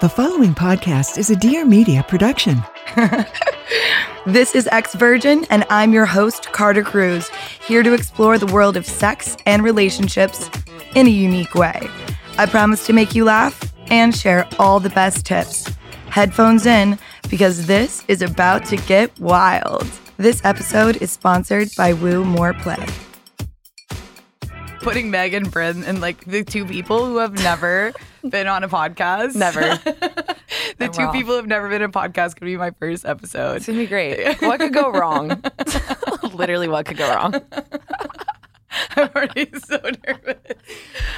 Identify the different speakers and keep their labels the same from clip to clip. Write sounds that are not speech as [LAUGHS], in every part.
Speaker 1: The following podcast is a Dear Media production.
Speaker 2: This is Ex Virgin, and I'm your host, Carter Cruz, here to explore the world of sex and relationships in a unique way. I promise to make you laugh and share all the best tips. Headphones in, because this is about to get wild. This episode is sponsored by Woo More Play.
Speaker 3: putting Meg and Bryn and like the two people who have never been on a podcast.
Speaker 4: Never.
Speaker 3: [LAUGHS] the two people who have never been on a podcast could be my first episode.
Speaker 4: It's gonna be great. [LAUGHS] What could go wrong? [LAUGHS] Literally, what could go wrong?
Speaker 3: [LAUGHS] I'm already so nervous.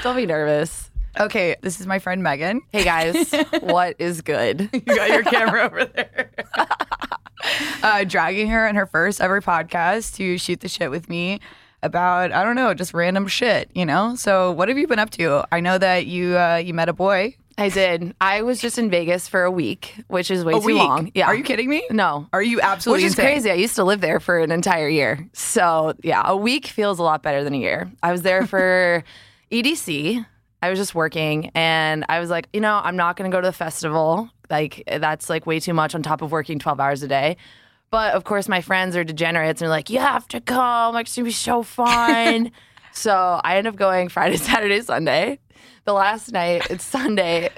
Speaker 4: Don't be nervous.
Speaker 3: Okay, this is my friend Megan. [LAUGHS]
Speaker 4: Hey guys, what is good?
Speaker 3: You got your camera over there. uh, dragging her in her first ever podcast to shoot the shit with me about I don't know just random shit, you know. So what have you been up to? I know that you uh, you met a boy.
Speaker 4: I did. I was just in Vegas for a week, which is way
Speaker 3: A
Speaker 4: too
Speaker 3: week.
Speaker 4: long. Yeah.
Speaker 3: Are you kidding me?
Speaker 4: No.
Speaker 3: Are you absolutely
Speaker 4: Which is
Speaker 3: insane?
Speaker 4: crazy. I used to live there for an entire year. So, yeah, a week feels a lot better than a year. I was
Speaker 3: [LAUGHS]
Speaker 4: there for EDC. I was just working and I was like, you know, I'm not going to go to the festival. Like, that's like way too much on top of working 12 hours a day. But of course, my friends are degenerates and they're like, you have to come. Like, it's going to be
Speaker 3: [LAUGHS]
Speaker 4: so fun. so I end up going Friday, [LAUGHS] Saturday, Sunday. The last night, it's Sunday.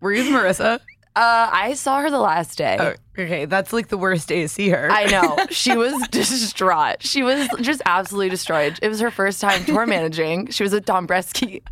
Speaker 3: Were you with
Speaker 4: [LAUGHS]
Speaker 3: Marissa?
Speaker 4: Uh, I saw her the last day.
Speaker 3: Oh, okay, that's like the worst day to see her. [LAUGHS]
Speaker 4: I know. She was distraught. She was just absolutely destroyed. It was her first time tour managing. She was at Dombreski.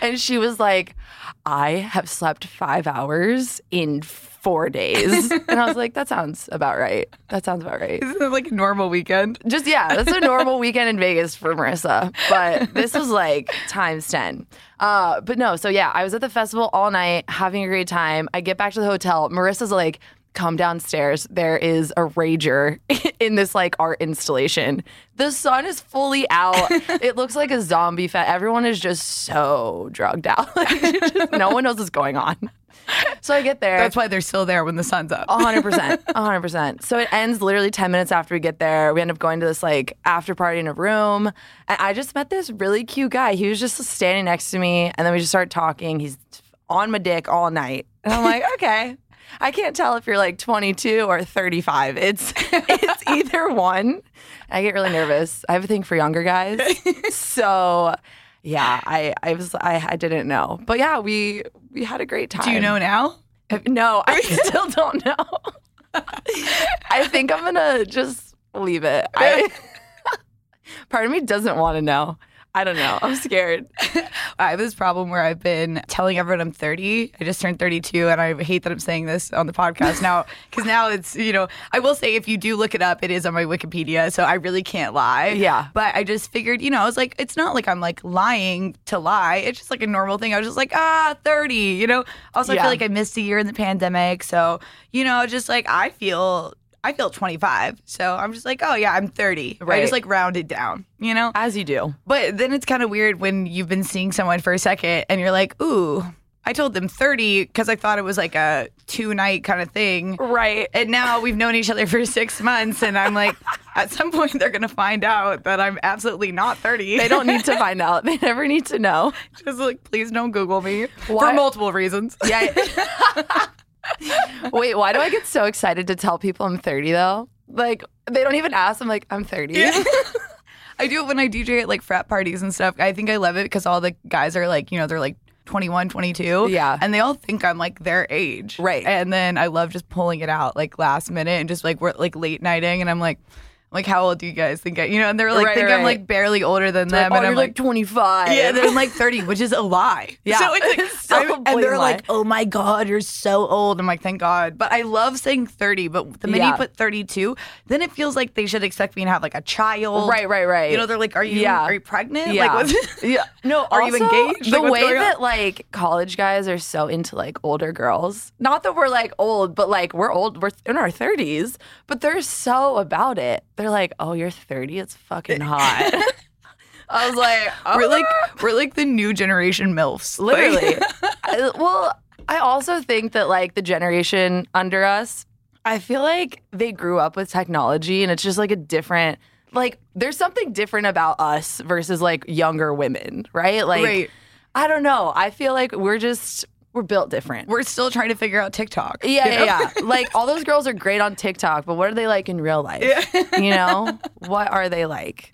Speaker 4: And she was like, I have slept five hours in four days. And I was like, that sounds about right. That sounds about right.
Speaker 3: Isn't it like a normal weekend?
Speaker 4: Just, yeah, that's a normal weekend in Vegas for Marissa. But this was like times 10. Uh, but no, so yeah, I was at the festival all night having a great time. I get back to the hotel. Marissa's like, come downstairs. There is a rager [LAUGHS] in this like art installation. The sun is fully out. it looks like a zombie fest. Everyone is just so drugged out. [LAUGHS] Like, just- no one knows what's going on. So I get there.
Speaker 3: That's why they're still there when the sun's up.
Speaker 4: 100%. 100%. So it ends literally 10 minutes after we get there. We end up going to this like after party in a room. And I just met this really cute guy. He was just standing next to me. And then we just start talking. He's on my dick all night. And I'm like, [LAUGHS] okay. I can't tell if you're like 22 or 35. It's [LAUGHS] it's either one. I get really nervous. I have a thing for
Speaker 3: [LAUGHS]
Speaker 4: younger guys. So yeah, I I was I, I didn't know. But yeah, we we had a great time.
Speaker 3: Do you know now?
Speaker 4: No,
Speaker 3: [LAUGHS]
Speaker 4: I still don't know. I think I'm gonna just leave it. I, [LAUGHS] part of me doesn't want to know. I don't know. I'm scared.
Speaker 3: [LAUGHS] I have this problem where I've been telling everyone I'm 30. I just turned 32, and I hate that I'm saying this on the podcast
Speaker 4: [LAUGHS]
Speaker 3: now because now it's, you know, I will say if you do look it up, it is on my Wikipedia. So I really can't lie.
Speaker 4: Yeah.
Speaker 3: But I just figured, you know, I was like, it's not like I'm like lying to lie. It's just like a normal thing. I was just like, ah, 30, you know? Also, I
Speaker 4: Yeah.
Speaker 3: feel like I missed a year in the pandemic. So, you know, just like I feel. I feel 25, so I'm just like, oh yeah, I'm 30. I
Speaker 4: Right.
Speaker 3: just like rounded down, you know.
Speaker 4: As you do.
Speaker 3: But then it's kind of weird when you've been seeing someone for a second and you're like, ooh, I told them 30 because I thought it was like a two night kind of thing.
Speaker 4: Right.
Speaker 3: And now we've known each other for six months. And I'm like, [LAUGHS] at some point, they're going to find out that I'm absolutely not 30.
Speaker 4: They don't need to find out. They never need to know.
Speaker 3: [LAUGHS] Just like, please don't Google me
Speaker 4: Why-
Speaker 3: for multiple reasons. [LAUGHS]
Speaker 4: Yeah. Wait, why do I get so excited to tell people I'm 30 though? Like they don't even ask. I'm like, I'm 30.
Speaker 3: I do it when I DJ at like frat parties and stuff. I think I love it because all the guys are like, you know, they're like 21, 22.
Speaker 4: Yeah.
Speaker 3: And they all think I'm like their age.
Speaker 4: Right.
Speaker 3: And then I love just pulling it out like last minute and just like we're like late nighting and I'm like, like how old do you guys think I you know? And they're like
Speaker 4: Right,
Speaker 3: think I'm
Speaker 4: right.
Speaker 3: like barely older than them
Speaker 4: oh,
Speaker 3: and
Speaker 4: you're
Speaker 3: I'm
Speaker 4: like 25.
Speaker 3: yeah, they're like 30, which is a lie.
Speaker 4: Yeah.
Speaker 3: So it's like,
Speaker 4: It's
Speaker 3: [LAUGHS]
Speaker 4: so
Speaker 3: I'm- and they're
Speaker 4: blatant
Speaker 3: like,
Speaker 4: lie.
Speaker 3: oh my God, you're so old. I'm like, thank God. But I love saying 30, but the minute
Speaker 4: Yeah.
Speaker 3: you put 32, then it feels like they should expect me to have like a child.
Speaker 4: Right, right, right.
Speaker 3: You know, they're like, are you,
Speaker 4: Yeah.
Speaker 3: are you pregnant? [LAUGHS]
Speaker 4: Yeah.
Speaker 3: Like,
Speaker 4: [LAUGHS] yeah. No,
Speaker 3: Are you
Speaker 4: also,
Speaker 3: engaged?
Speaker 4: The
Speaker 3: Like, what's
Speaker 4: way
Speaker 3: going on?
Speaker 4: that like college guys are so into like older girls. Not that we're like old, but like we're old, we're in our 30s, but they're so about it. They're like, "Oh, you're 30,
Speaker 3: [LAUGHS]
Speaker 4: it's fucking hot." [LAUGHS] I was like, oh.
Speaker 3: we're like, we're like the new generation MILFs. Like-
Speaker 4: literally. [LAUGHS] I- well, I also think that like the generation under us, I feel like they grew up with technology and it's just like a different like there's something different about us versus like younger women, right? Like
Speaker 3: Right.
Speaker 4: I don't know. I feel like we're just we're built
Speaker 3: [LAUGHS]
Speaker 4: different.
Speaker 3: we're still trying to figure out TikTok.
Speaker 4: yeah,
Speaker 3: you know?
Speaker 4: yeah,
Speaker 3: [LAUGHS]
Speaker 4: yeah. Like all those girls are great on TikTok, but what are they like in real life?
Speaker 3: [LAUGHS]
Speaker 4: You know, what are they like?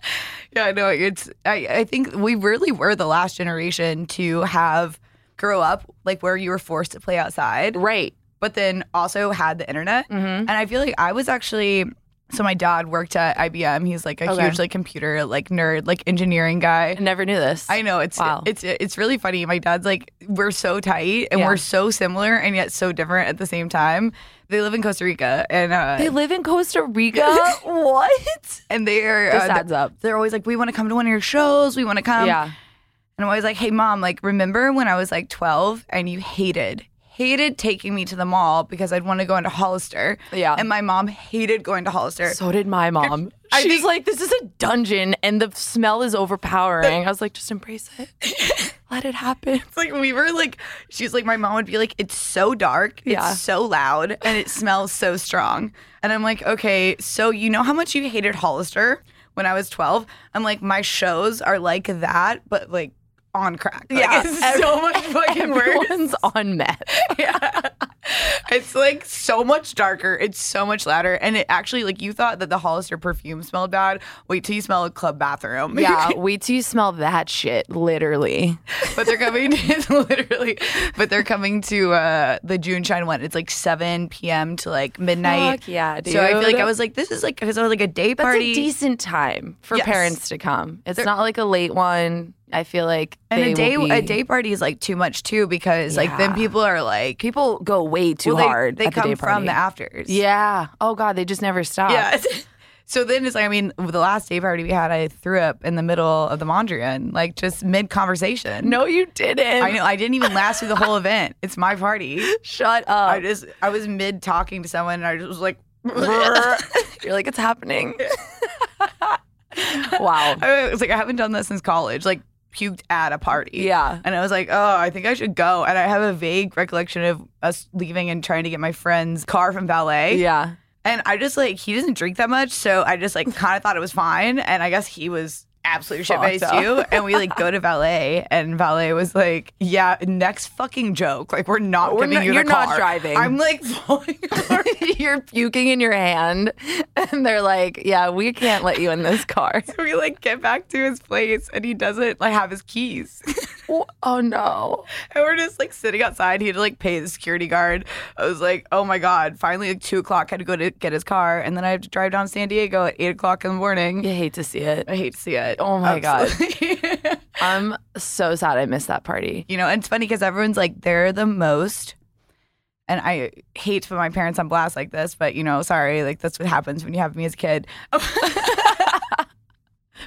Speaker 3: Yeah, no, it's I, I think we really were the last generation to have grow up like where you were forced to play outside.
Speaker 4: Right.
Speaker 3: but then also had the internet. And I feel like I was actually so my dad worked at IBM. He's like a
Speaker 4: Okay.
Speaker 3: huge like computer like nerd like engineering guy.
Speaker 4: I never knew this.
Speaker 3: I know it's
Speaker 4: Wow.
Speaker 3: it's it's really funny. My dad's like we're so tight and
Speaker 4: Yeah.
Speaker 3: we're so similar and yet so different at the same time. They live in Costa Rica and uh,
Speaker 4: they live in
Speaker 3: [LAUGHS]
Speaker 4: Costa Rica. Uh, what?
Speaker 3: and they are
Speaker 4: This
Speaker 3: uh,
Speaker 4: adds up.
Speaker 3: They're always like we want to come to one of your shows. We want to come.
Speaker 4: yeah.
Speaker 3: And I'm always like, hey, mom, like, remember when I was like 12 and you hated, hated taking me to the mall because I'd want to go into Hollister.
Speaker 4: Yeah.
Speaker 3: And my mom hated going to Hollister.
Speaker 4: So did my [LAUGHS] mom.
Speaker 3: I
Speaker 4: She's
Speaker 3: think-
Speaker 4: like, this is a dungeon and the smell is overpowering. I was like, just embrace [LAUGHS] it. Let it happen.
Speaker 3: it's like we were like, she's like, my mom would be like, it's so dark,
Speaker 4: Yeah.
Speaker 3: it's so loud, and it smells so strong. And I'm like, okay, so you know how much you hated Hollister when I was 12? I'm like, my shows are like that, but like on crack. Like, it's so much
Speaker 4: [LAUGHS]
Speaker 3: fucking worse.
Speaker 4: Everyone's on meth. [LAUGHS]
Speaker 3: yeah. It's like so much darker. It's so much louder. And it actually, like, you thought that the Hollister perfume smelled bad. Wait till you smell a club bathroom. [LAUGHS]
Speaker 4: Yeah, wait till you smell that shit, literally.
Speaker 3: but they're coming [LAUGHS] to literally, but they're coming to uh, the June Shine one. It's like 7 p.m. to like midnight.
Speaker 4: Fuck yeah,
Speaker 3: So I feel like
Speaker 4: dude.
Speaker 3: I was like, this is like, because I was like a day
Speaker 4: That's
Speaker 3: party.
Speaker 4: a decent time for
Speaker 3: Yes.
Speaker 4: parents to come. It's not like a late one. I feel like
Speaker 3: and
Speaker 4: they
Speaker 3: a day,
Speaker 4: will be-
Speaker 3: a day party is like too much too because like then
Speaker 4: Yeah.
Speaker 3: people are like
Speaker 4: People go way too
Speaker 3: well, they-
Speaker 4: hard.
Speaker 3: They
Speaker 4: at the
Speaker 3: come
Speaker 4: day
Speaker 3: from
Speaker 4: party.
Speaker 3: the afters.
Speaker 4: Yeah. Oh god, they just never stop.
Speaker 3: Yeah. [LAUGHS] So then it's like, I mean, the last day party we had, I threw up in the middle of the Mondrian, like just mid conversation.
Speaker 4: [LAUGHS] No, you didn't.
Speaker 3: I know. I didn't even last through the
Speaker 4: [LAUGHS]
Speaker 3: whole event. It's my party.
Speaker 4: Shut up.
Speaker 3: I just, I was mid talking to someone and I just was
Speaker 4: [LAUGHS]
Speaker 3: like, [LAUGHS]
Speaker 4: You're like, it's [LAUGHS] happening. wow.
Speaker 3: I was like, I haven't done that since college. Like, puked at a party.
Speaker 4: Yeah.
Speaker 3: And I was like, oh, I think I should go. And I have a vague recollection of us leaving and trying to get my friend's car from ballet.
Speaker 4: Yeah.
Speaker 3: And I just like he doesn't drink that much, so I just like kind of thought it was fine. And I guess he was absolute shit faced
Speaker 4: Fucked up.
Speaker 3: too. And we like go to valet, and valet was like, "Yeah, next fucking joke. Like we're not
Speaker 4: We're
Speaker 3: giving
Speaker 4: not-
Speaker 3: you the
Speaker 4: you're not
Speaker 3: car." [LAUGHS]
Speaker 4: driving.
Speaker 3: I'm
Speaker 4: [LAUGHS]
Speaker 3: like falling apart.
Speaker 4: You're puking in your hand, [LAUGHS] and they're like, yeah, we can't let you in
Speaker 3: [LAUGHS]
Speaker 4: this car.
Speaker 3: we like get back to his place, and he doesn't like have his keys. [LAUGHS]
Speaker 4: oh, no.
Speaker 3: And we're just like sitting outside. He had to like pay the security guard. I was like, oh my God. Finally, like two o'clock, had to go to get his car. And then I have to drive down to San Diego at eight o'clock in the morning.
Speaker 4: You hate to see it.
Speaker 3: I hate to see it.
Speaker 4: Oh my God.
Speaker 3: [LAUGHS] God.
Speaker 4: [LAUGHS] I'm so sad I missed that party.
Speaker 3: you know, and it's funny because everyone's like, they're the most. And I hate to put my parents on blast like this, but you know, sorry, like that's what happens when you have me as a kid.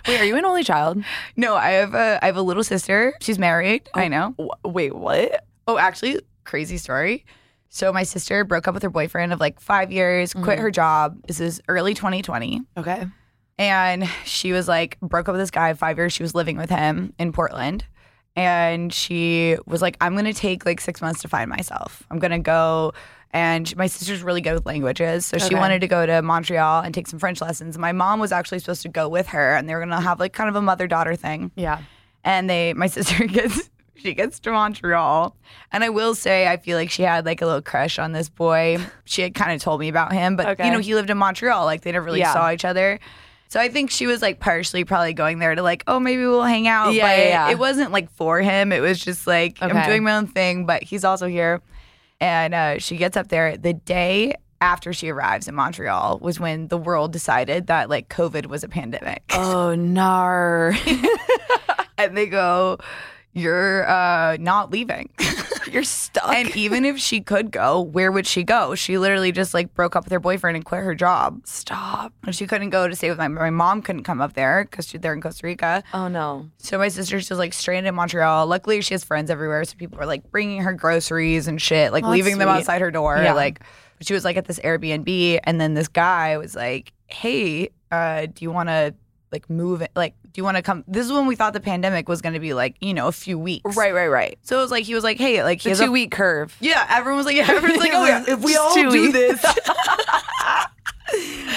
Speaker 4: Wait, are you an only child?
Speaker 3: no, I have a I have a little sister. She's married. I know.
Speaker 4: Oh, wait, what?
Speaker 3: Oh, actually, crazy story. So my sister broke up with her boyfriend of like five years,
Speaker 4: Mm.
Speaker 3: quit her job. This is early 2020.
Speaker 4: Okay.
Speaker 3: And she was like, broke up with this guy five years. She was living with him in Portland. And she was like, I'm going to take like six months to find myself. I'm going to go. And my sister's really good with languages. So she
Speaker 4: Okay.
Speaker 3: wanted to go to Montreal and take some French lessons. My mom was actually supposed to go with her and they were going to have like kind of a mother daughter thing
Speaker 4: Yeah.
Speaker 3: and they [LAUGHS] my sister gets she gets to Montreal. And I will say I feel like she had like a little crush on
Speaker 4: [LAUGHS]
Speaker 3: this boy. She had kind of told me about him, but
Speaker 4: Okay.
Speaker 3: you know, he lived in Montreal. Like they never really
Speaker 4: Yeah.
Speaker 3: saw each other. So I think she was like partially probably going there to like, oh, maybe we'll hang out.
Speaker 4: Yeah,
Speaker 3: but
Speaker 4: yeah, yeah.
Speaker 3: it wasn't like for him. It was just like,
Speaker 4: Okay.
Speaker 3: I'm doing my own thing, but he's also here. And uh, she gets up there the day after she arrives in Montreal was when the world decided that like COVID was a pandemic.
Speaker 4: Oh, nar.
Speaker 3: and they go, You're uh, not leaving.
Speaker 4: [LAUGHS] You're stuck.
Speaker 3: and even if she could go, where would she go? She literally just like broke up with her boyfriend and quit her job.
Speaker 4: Stop.
Speaker 3: And she couldn't go to stay with my my mom couldn't come up there because they're in Costa Rica.
Speaker 4: Oh, no.
Speaker 3: So my sister's just like stranded in Montreal. Luckily, she has friends everywhere, so people were like bringing her groceries and shit, like
Speaker 4: Oh, that's
Speaker 3: leaving them
Speaker 4: sweet.
Speaker 3: outside her door.
Speaker 4: Yeah.
Speaker 3: Like she was like at this Airbnb, and then this guy was like, "Hey, uh, do you want to like move? It? Like, do you want to come?" This is when we thought the pandemic was going to be like you know a few weeks,
Speaker 4: Right, right, right.
Speaker 3: So it was like he was like, "Hey, like he
Speaker 4: The
Speaker 3: has a-
Speaker 4: two week curve.
Speaker 3: yeah." Everyone was like, [LAUGHS] "Yeah." Everyone's
Speaker 4: [LAUGHS]
Speaker 3: like,
Speaker 4: It
Speaker 3: "Oh yeah,
Speaker 4: was
Speaker 3: if we
Speaker 4: just
Speaker 3: all
Speaker 4: two
Speaker 3: do
Speaker 4: weeks.
Speaker 3: this."
Speaker 4: [LAUGHS]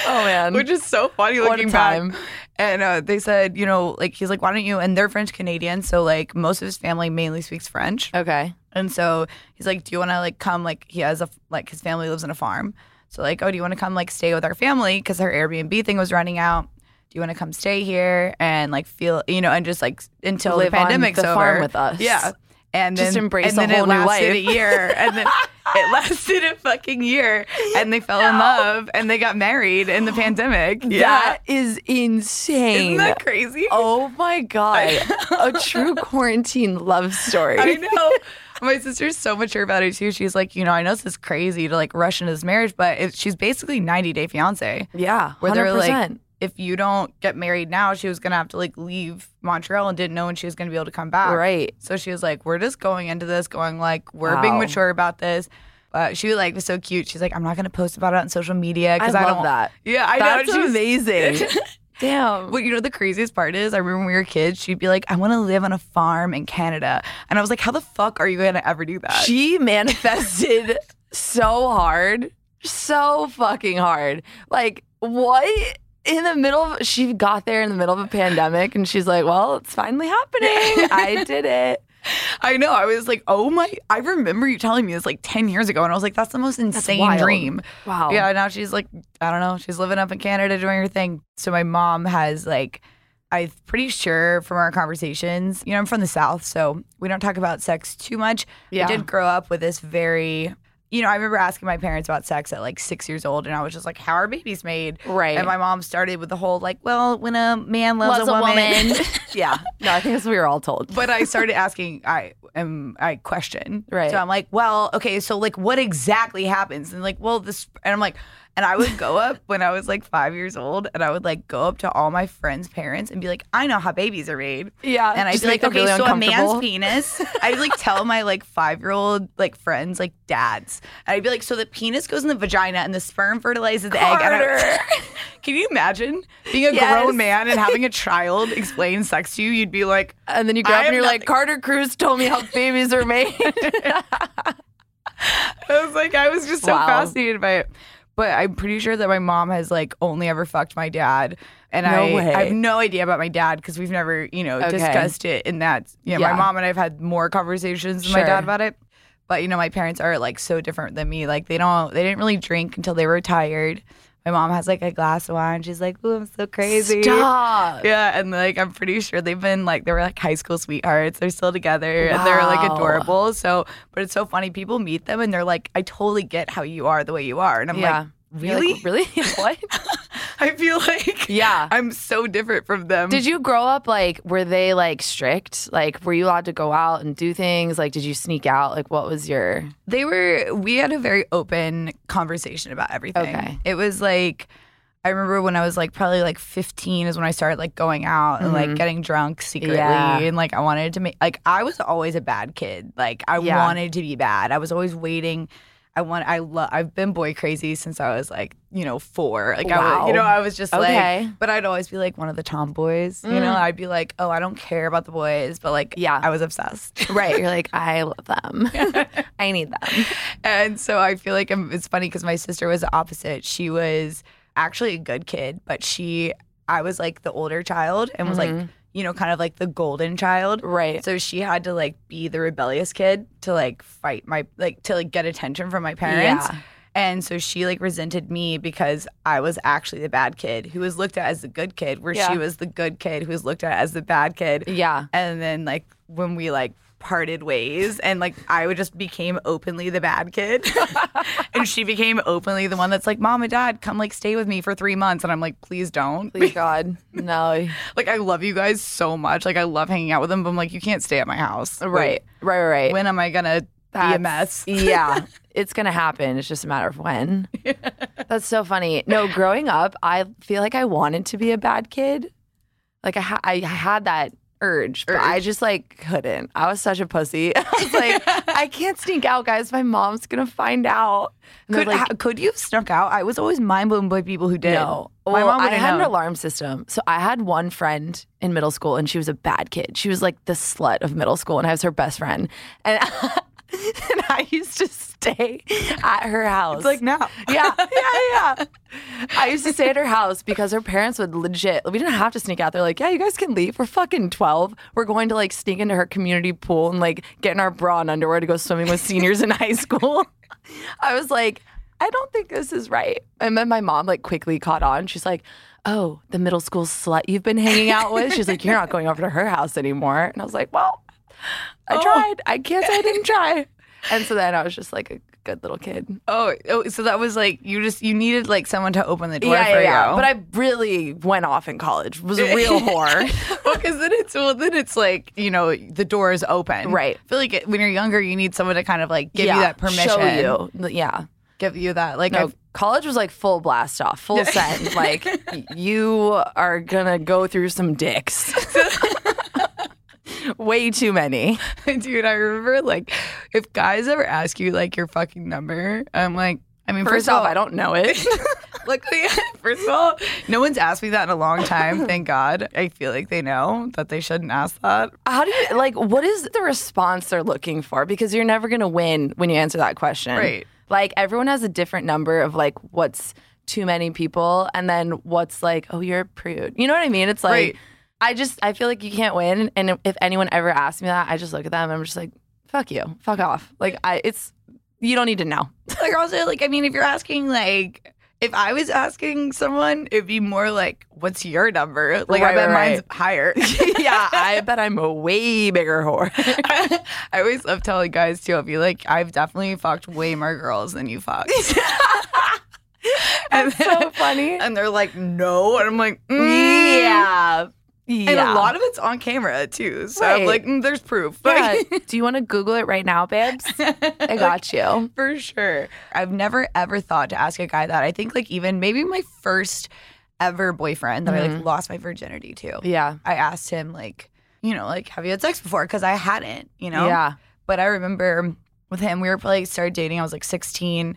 Speaker 4: Oh,
Speaker 3: [LAUGHS]
Speaker 4: man.
Speaker 3: which is so funny
Speaker 4: What a
Speaker 3: looking back.
Speaker 4: time.
Speaker 3: And uh, they said, you know, like he's like, why don't you? And they're French Canadian, so like most of his family mainly speaks French,
Speaker 4: okay.
Speaker 3: and so he's like, do you want to like come? Like he has a f- like his family lives in a farm, so like, oh, do you want to come like stay with our family because her Airbnb thing was running out. Do you want to come stay here and like feel you know and just like until
Speaker 4: Live
Speaker 3: the
Speaker 4: on
Speaker 3: pandemic's
Speaker 4: the
Speaker 3: over
Speaker 4: farm with us.
Speaker 3: Yeah, and
Speaker 4: Just
Speaker 3: then,
Speaker 4: embrace
Speaker 3: and
Speaker 4: a
Speaker 3: then
Speaker 4: whole
Speaker 3: it
Speaker 4: new
Speaker 3: lasted
Speaker 4: life.
Speaker 3: a year, and
Speaker 4: [LAUGHS]
Speaker 3: then it lasted a fucking year, and they fell in love and they got married in
Speaker 4: [GASPS]
Speaker 3: the pandemic. Yeah,
Speaker 4: That is insane.
Speaker 3: isn't that crazy?
Speaker 4: Oh my god,
Speaker 3: [LAUGHS]
Speaker 4: a true quarantine love story.
Speaker 3: I
Speaker 4: [LAUGHS]
Speaker 3: know. My sister's so mature about it too. She's like, you know, I know this is crazy to like rush into this marriage, but it, she's basically 90 Day Fiance.
Speaker 4: Yeah,
Speaker 3: Where they
Speaker 4: hundred
Speaker 3: were like,
Speaker 4: percent.
Speaker 3: if you don't get married now, she was gonna have to like leave Montreal and didn't know when she was gonna be able to come back.
Speaker 4: Right.
Speaker 3: So she was like, we're just going into this, going like, we're being
Speaker 4: Wow.
Speaker 3: mature about this. But she like was so cute. She's like, I'm not gonna post about it on social media
Speaker 4: I
Speaker 3: because I,
Speaker 4: love
Speaker 3: don't.
Speaker 4: that.
Speaker 3: Yeah, I
Speaker 4: That's
Speaker 3: know. She was-
Speaker 4: amazing.
Speaker 3: [LAUGHS]
Speaker 4: Damn.
Speaker 3: Well, you know the craziest part is, I remember when we were kids, she'd be like, "I want to live on a farm in Canada," and I was like, "How the fuck are you gonna ever do that?"
Speaker 4: she manifested so hard, so fucking hard. Like what? In the middle of, she got there in the middle of a pandemic, and she's like, "Well, it's finally
Speaker 3: [LAUGHS]
Speaker 4: happening. I did it."
Speaker 3: I know. I was like, "Oh my!" I remember you telling me this like ten years ago, and I was like, "That's the most insane
Speaker 4: wild. Oh.
Speaker 3: dream."
Speaker 4: Wow.
Speaker 3: Yeah. Now she's like, I don't know. She's living up in Canada doing her thing. So my mom has like. I'm pretty sure from our conversations, you know, I'm from the South, so we don't talk about sex too much.
Speaker 4: Yeah.
Speaker 3: I did grow up with this very, you know, I remember asking my parents about sex at like six years old, and I was just like, how are babies made?
Speaker 4: Right.
Speaker 3: And my mom started with the whole like, well, when a man loves,
Speaker 4: Loves a [LAUGHS] woman.
Speaker 3: yeah.
Speaker 4: No, I think that's what we were all told.
Speaker 3: But I started asking, I am, I question.
Speaker 4: Right.
Speaker 3: So I'm like, well, okay, so like, what exactly happens? And like, well, this, and I'm like, and I would
Speaker 4: [LAUGHS]
Speaker 3: go up when I was like five years old, and I would like go up to all my friends' parents and be like, I know how babies are made.
Speaker 4: Yeah,
Speaker 3: And I'd
Speaker 4: just
Speaker 3: be like,
Speaker 4: make them
Speaker 3: okay,
Speaker 4: really
Speaker 3: so a man's
Speaker 4: uncomfortable.
Speaker 3: penis. I'd like tell my like five year old like friends, like dads. And I'd be like, so the penis goes in the vagina and the sperm fertilizes the egg. And I- [LAUGHS] Can you imagine being a
Speaker 4: Yes.
Speaker 3: grown man and having a
Speaker 4: [LAUGHS]
Speaker 3: child explain sex to you? You'd be like,
Speaker 4: And then you go
Speaker 3: I
Speaker 4: up and
Speaker 3: have
Speaker 4: you're like,
Speaker 3: nothing.
Speaker 4: Carter Cruz told me [LAUGHS] how babies are made.
Speaker 3: [LAUGHS] I was like, I was just so
Speaker 4: Wow.
Speaker 3: fascinated by it. But I'm pretty sure that my mom has like only ever fucked my dad, and
Speaker 4: No
Speaker 3: I,
Speaker 4: way.
Speaker 3: I have no idea about my dad because we've never, you know,
Speaker 4: Okay.
Speaker 3: discussed it. In that, you know,
Speaker 4: Yeah.
Speaker 3: my mom and I've had more conversations with my
Speaker 4: Sure.
Speaker 3: dad about it. But you know, my parents are like so different than me. Like they don't, they didn't really drink until they were tired. My mom has like a glass of wine. She's like, "Ooh, I'm so crazy."
Speaker 4: Stop.
Speaker 3: Yeah, and like I'm pretty sure they've been like they were like high school sweethearts. They're still together and they're like
Speaker 4: Wow.
Speaker 3: adorable. So, but it's so funny. People meet them and they're like, I totally get how you are the way you are, and I'm
Speaker 4: Yeah.
Speaker 3: like,
Speaker 4: You're like,
Speaker 3: really?
Speaker 4: really? [LAUGHS] what?
Speaker 3: I feel [LAUGHS] like
Speaker 4: Yeah.
Speaker 3: I'm so different from them.
Speaker 4: Did you grow up like, were they like strict? Like, were you allowed to go out and do things? Like, did you sneak out? Like, what was your.
Speaker 3: they were we had a very open conversation about everything
Speaker 4: Okay.
Speaker 3: it was like i remember when i was like probably like 15 is when i started like going out and like getting drunk secretly
Speaker 4: Mm-hmm. Yeah.
Speaker 3: and like i wanted to make like i was always a bad kid like i
Speaker 4: Yeah.
Speaker 3: wanted to be bad i was always waiting I want. I love. I've been boy crazy since I was like, you know, four. Like I, was, you know,
Speaker 4: Wow.
Speaker 3: I was just
Speaker 4: Okay. Mm.
Speaker 3: like. But I'd always be like one of the tomboys. You know, I'd be like, oh, I don't care about the boys, but like,
Speaker 4: Yeah.
Speaker 3: I was obsessed.
Speaker 4: Right. You're like, I love [LAUGHS] them. I need them.
Speaker 3: And so I feel like I'm, it's funny because my sister was the opposite. She was actually a good kid, but she, I was like the older child and was like, you know, kind of like the golden child.
Speaker 4: Mm-hmm. Right.
Speaker 3: So she had to like be the rebellious kid to like fight my, like to like get attention from my parents.
Speaker 4: Yeah.
Speaker 3: And so she like resented me because I was actually the bad kid who was looked at as the good kid, where
Speaker 4: Yeah.
Speaker 3: she was the good kid who was looked at as the bad kid.
Speaker 4: Yeah.
Speaker 3: And then like when we like parted ways and like I would just became openly the bad kid. [LAUGHS] and she became openly the one that's like, Mom and Dad, come like stay with me for three months. And I'm like, please don't.
Speaker 4: [LAUGHS] Please God, no.
Speaker 3: [LAUGHS] Like I love you guys so much. Like I love hanging out with them, but I'm like, you can't stay at my house.
Speaker 4: Right, right, right.
Speaker 3: Like, when am I gonna be a mess? [LAUGHS]
Speaker 4: That's- [LAUGHS] yeah. It's going to happen. It's just a matter of when. That's so funny. No, growing up, I feel like I wanted to be a bad kid. Like I, ha- I had that urge, but I just like couldn't. I was such a pussy. [LAUGHS] I
Speaker 3: [LAUGHS]
Speaker 4: was like, I can't sneak out, guys. My mom's going to find out. And they're
Speaker 3: Could,
Speaker 4: like,
Speaker 3: ha- could you have snuck out? I was always mind blown by people who did.
Speaker 4: no.
Speaker 3: My
Speaker 4: Well,
Speaker 3: mom
Speaker 4: I
Speaker 3: wouldn't
Speaker 4: had an
Speaker 3: know.
Speaker 4: alarm system. So I had one friend in middle school and she was a bad kid. She was like the slut of middle school and I was her best friend. And, [LAUGHS] and I used to stay at her house.
Speaker 3: It's like no.
Speaker 4: [LAUGHS] Yeah, yeah, yeah. I used to stay at her house because her parents would legit. We didn't have to sneak out. They're like, "Yeah, you guys can leave. We're fucking twelve. We're going to like sneak into her community pool and like get in our bra and underwear to go swimming with seniors in high school." [LAUGHS] I was like, "I don't think this is right." And then my mom like quickly caught on. She's like, "Oh, the middle school slut you've been hanging out with." She's like, "You're not going over to her house anymore." And I was like, "Well, I tried. I can't say I didn't try." And so then I was just like a good little kid.
Speaker 3: Oh, oh, so that was like you just you needed like someone to open the door
Speaker 4: yeah,
Speaker 3: for
Speaker 4: yeah, yeah.
Speaker 3: you.
Speaker 4: But I really went off in college. Was a
Speaker 3: [LAUGHS]
Speaker 4: real whore.
Speaker 3: well, because then it's well, then it's like you know the door is open,
Speaker 4: Right.
Speaker 3: I feel like it, when you're younger, you need someone to kind of like give
Speaker 4: Yeah,
Speaker 3: you that permission,
Speaker 4: Show you. Yeah.
Speaker 3: give you that like
Speaker 4: No,
Speaker 3: I've-
Speaker 4: college was like full blast
Speaker 3: [LAUGHS]
Speaker 4: off, full send. Like y- you are gonna go through some dicks. [LAUGHS] Way too many.
Speaker 3: dude. I [LAUGHS] remember like if guys ever ask you like your fucking number, I'm like, I mean,
Speaker 4: First
Speaker 3: of
Speaker 4: off,
Speaker 3: all,
Speaker 4: I don't
Speaker 3: [LAUGHS]
Speaker 4: know it.
Speaker 3: Luckily, first of all, no one's asked me that in a long
Speaker 4: [LAUGHS]
Speaker 3: time. Thank God. I feel like they know that they shouldn't ask that.
Speaker 4: How do you like? What is the response they're looking for? Because you're never gonna win when you answer that question. [LAUGHS]
Speaker 3: Right.
Speaker 4: Like everyone has a different number of like what's too many people, and then what's like, oh, you're a prude. You know what I mean? It's like
Speaker 3: Right.
Speaker 4: I just I feel like you can't win. And if anyone ever asks me that, I just look at them. and I'm just like, fuck you, fuck off. Like I, it's you don't need to know.
Speaker 3: Like also, like I mean, if you're asking like. If I was asking someone, it'd be more like, "What's your number?" Like
Speaker 4: Right,
Speaker 3: I bet
Speaker 4: right,
Speaker 3: mine's higher.
Speaker 4: [LAUGHS] [LAUGHS] yeah, I bet I'm a way bigger [LAUGHS] whore.
Speaker 3: [LAUGHS] I always love telling guys too. I'll be like, I've definitely fucked way more girls than you
Speaker 4: [LAUGHS]
Speaker 3: fucked. and,
Speaker 4: so [LAUGHS] funny.
Speaker 3: and they're like, no. And I'm like, mm.
Speaker 4: yeah. Yeah.
Speaker 3: And a
Speaker 4: [LAUGHS]
Speaker 3: lot of it's on camera too. So I'm
Speaker 4: Right.
Speaker 3: like, mm, there's proof. [LAUGHS]
Speaker 4: Yeah.
Speaker 3: Like,
Speaker 4: [LAUGHS] Do you want to Google it right now, babes? I got [LAUGHS] you.
Speaker 3: for sure. I've never ever thought to ask a guy that. I think like even maybe my first ever boyfriend that
Speaker 4: Mm-hmm.
Speaker 3: I like lost my virginity to.
Speaker 4: Yeah.
Speaker 3: I asked him like, you know, like, have you had sex before? Because I hadn't, you know?
Speaker 4: Yeah.
Speaker 3: But I remember with him, we were like started dating. I was like 16,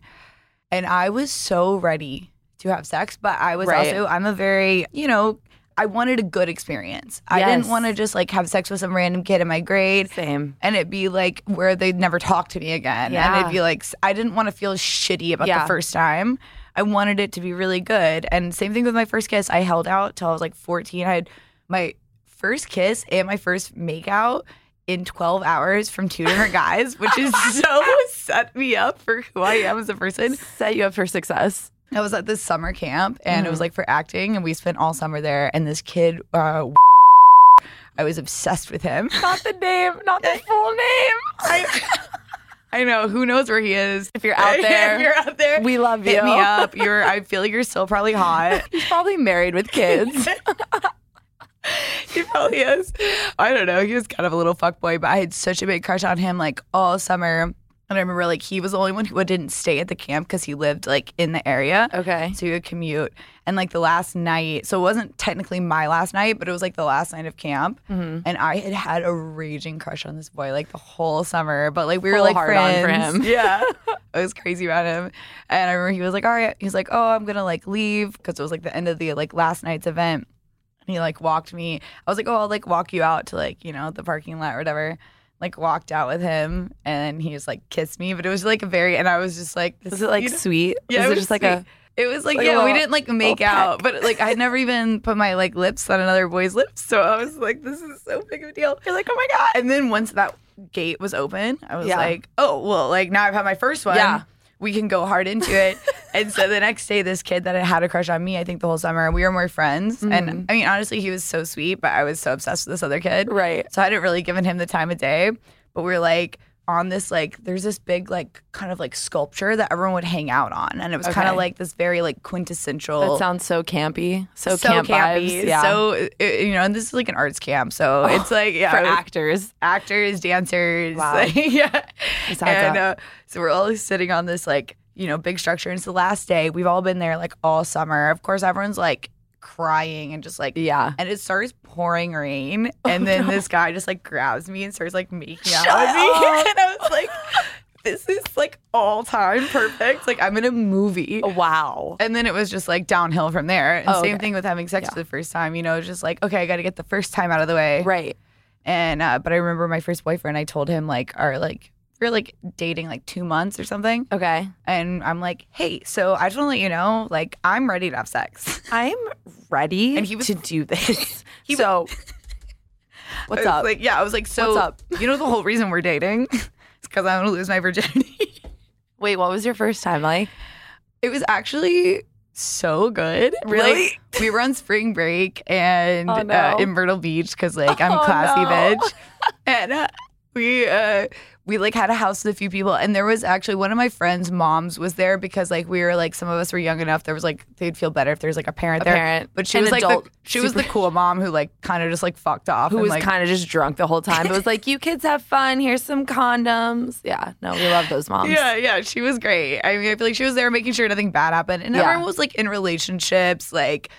Speaker 3: and I was so ready to have sex, but I was
Speaker 4: Right.
Speaker 3: also I'm a very you know I wanted a good experience. I didn't
Speaker 4: Yes.
Speaker 3: want to just like have sex with some random kid in my grade.
Speaker 4: Same.
Speaker 3: And it'd be like where they'd never talk to me again. And
Speaker 4: Yeah.
Speaker 3: it'd be like, s- I didn't want to feel shitty about
Speaker 4: Yeah.
Speaker 3: the first time. I wanted it to be really good. And same thing with my first kiss. I held out till I was like 14. I had my first kiss and my first makeout in 12 hours from two different guys, which
Speaker 4: [LAUGHS]
Speaker 3: is so set me up for who I am as a person.
Speaker 4: Set you up for success.
Speaker 3: I was at this summer camp and it was
Speaker 4: Mm.
Speaker 3: like for acting, and we spent all summer there. And this kid, uh, [LAUGHS] I was obsessed with him.
Speaker 4: Not the name, not the full name. [LAUGHS]
Speaker 3: I, I know. Who knows where he is? If
Speaker 4: you're [LAUGHS] out there,
Speaker 3: if you're out there,
Speaker 4: [LAUGHS] we love
Speaker 3: hit
Speaker 4: you.
Speaker 3: me up. You're. I feel like you're still probably
Speaker 4: [LAUGHS]
Speaker 3: hot.
Speaker 4: He's probably married with
Speaker 3: [LAUGHS]
Speaker 4: kids.
Speaker 3: he probably is. I don't know. He was kind of a little fuckboy, but I had such a big crush on him like all summer. And I remember like he was the only one who didn't stay at the camp because he lived like in the area.
Speaker 4: Okay.
Speaker 3: So you would commute. And like the last night, so it wasn't technically my last night, but it was like the last night of camp. And I had had a raging crush on this boy like the whole summer. But like we were
Speaker 4: Full
Speaker 3: like
Speaker 4: hard on
Speaker 3: friends.
Speaker 4: for him.
Speaker 3: Yeah.
Speaker 4: [LAUGHS]
Speaker 3: I was crazy about him. And I remember he was like, all right. He's like, oh, I'm going to like leave because it was like the end of the like last night's event. And he like walked me. I was like, oh, I'll like walk you out to like, you know, the parking lot or whatever. Like walked out with him and he was like kissed me, but it was like a very and I was just like this
Speaker 4: Was it like
Speaker 3: you know-
Speaker 4: sweet?
Speaker 3: yeah,
Speaker 4: was it
Speaker 3: was
Speaker 4: just like a
Speaker 3: It was like,
Speaker 4: like a
Speaker 3: yeah, we
Speaker 4: little-
Speaker 3: didn't like make
Speaker 4: little
Speaker 3: out, but like I never even put my like lips on another boy's lips, so I was like, this is so big of a deal. You're like, oh my god! And then once that gate was open, I was
Speaker 4: Yeah.
Speaker 3: like, oh well, like now I've had my first one.
Speaker 4: Yeah.
Speaker 3: we can go hard into
Speaker 4: [LAUGHS]
Speaker 3: it. and so the next day, this kid that had had a crush on me, I think the whole summer, we were more friends. And I mean, honestly, he was so sweet, but I was so obsessed with this other kid.
Speaker 4: Mm-hmm. Right.
Speaker 3: So I hadn't really given him the time of day. But we were like on this, like, there's this big, like, kind of like sculpture that everyone would hang out on. And it was kind of
Speaker 4: Okay.
Speaker 3: like this very, like, quintessential
Speaker 4: That sounds so campy. So,
Speaker 3: so
Speaker 4: camp
Speaker 3: campy.
Speaker 4: vibes. Yeah. Oh,
Speaker 3: So uh, you know, and this is like an arts camp, so it's like yeah,
Speaker 4: for
Speaker 3: it was
Speaker 4: actors.
Speaker 3: actors, dancers,
Speaker 4: Wow.
Speaker 3: like, [LAUGHS] yeah.
Speaker 4: This adds
Speaker 3: And
Speaker 4: up.
Speaker 3: uh, so we're all sitting on this like you know big structure, and it's the last day. We've all been there like all summer. Of course, everyone's like crying and just like
Speaker 4: yeah.
Speaker 3: and it starts pouring rain, and then this guy just like grabs me and starts like making out
Speaker 4: Oh, Shut
Speaker 3: with me, [LAUGHS]
Speaker 4: up.
Speaker 3: and I was like, this is like all time perfect. Like I'm in a movie.
Speaker 4: Wow.
Speaker 3: And then it was just like downhill from there. And
Speaker 4: Oh,
Speaker 3: same
Speaker 4: okay.
Speaker 3: thing with having sex for the first time. You know, it's just like okay, I got to get the first time out of the way.
Speaker 4: Right.
Speaker 3: And uh, but I remember my first boyfriend. I told him like, our like we we're like dating like two months or something.
Speaker 4: Okay.
Speaker 3: And I'm like, hey, so I just want to let you know, like I'm ready to have sex. [LAUGHS]
Speaker 4: I'm ready
Speaker 3: And he was-
Speaker 4: to do [LAUGHS] this. so, what's
Speaker 3: I was
Speaker 4: up?
Speaker 3: Like, yeah, I was like, so
Speaker 4: What's up?
Speaker 3: You know, the whole reason we're dating [LAUGHS] is because I want to lose my virginity. [LAUGHS]
Speaker 4: Wait, what was your first time like?
Speaker 3: It was actually so good.
Speaker 4: Really?
Speaker 3: Like, we were on spring break and
Speaker 4: Oh,
Speaker 3: uh,
Speaker 4: no.
Speaker 3: in Myrtle Beach because like I'm
Speaker 4: [LAUGHS] Oh,
Speaker 3: classy
Speaker 4: no. [LAUGHS]
Speaker 3: bitch, and uh, we uh, we like had a house with a few people, and there was actually one of my friends' moms was there because like we were like some of us were young enough. There was like they'd feel better if there was like a parent
Speaker 4: A
Speaker 3: there,
Speaker 4: parent.
Speaker 3: but she
Speaker 4: An
Speaker 3: was like the,
Speaker 4: adult.
Speaker 3: she was the
Speaker 4: Super-
Speaker 3: cool mom who like kind of just like fucked off
Speaker 4: Who
Speaker 3: and,
Speaker 4: was
Speaker 3: like,
Speaker 4: kind of just drunk the whole time, but was like, "You kids have fun. Here's some condoms." Yeah. No, we love those moms.
Speaker 3: Yeah, yeah, she was great. I mean, I feel like she was there making sure nothing bad happened, and
Speaker 4: Yeah.
Speaker 3: everyone was like in relationships. Like,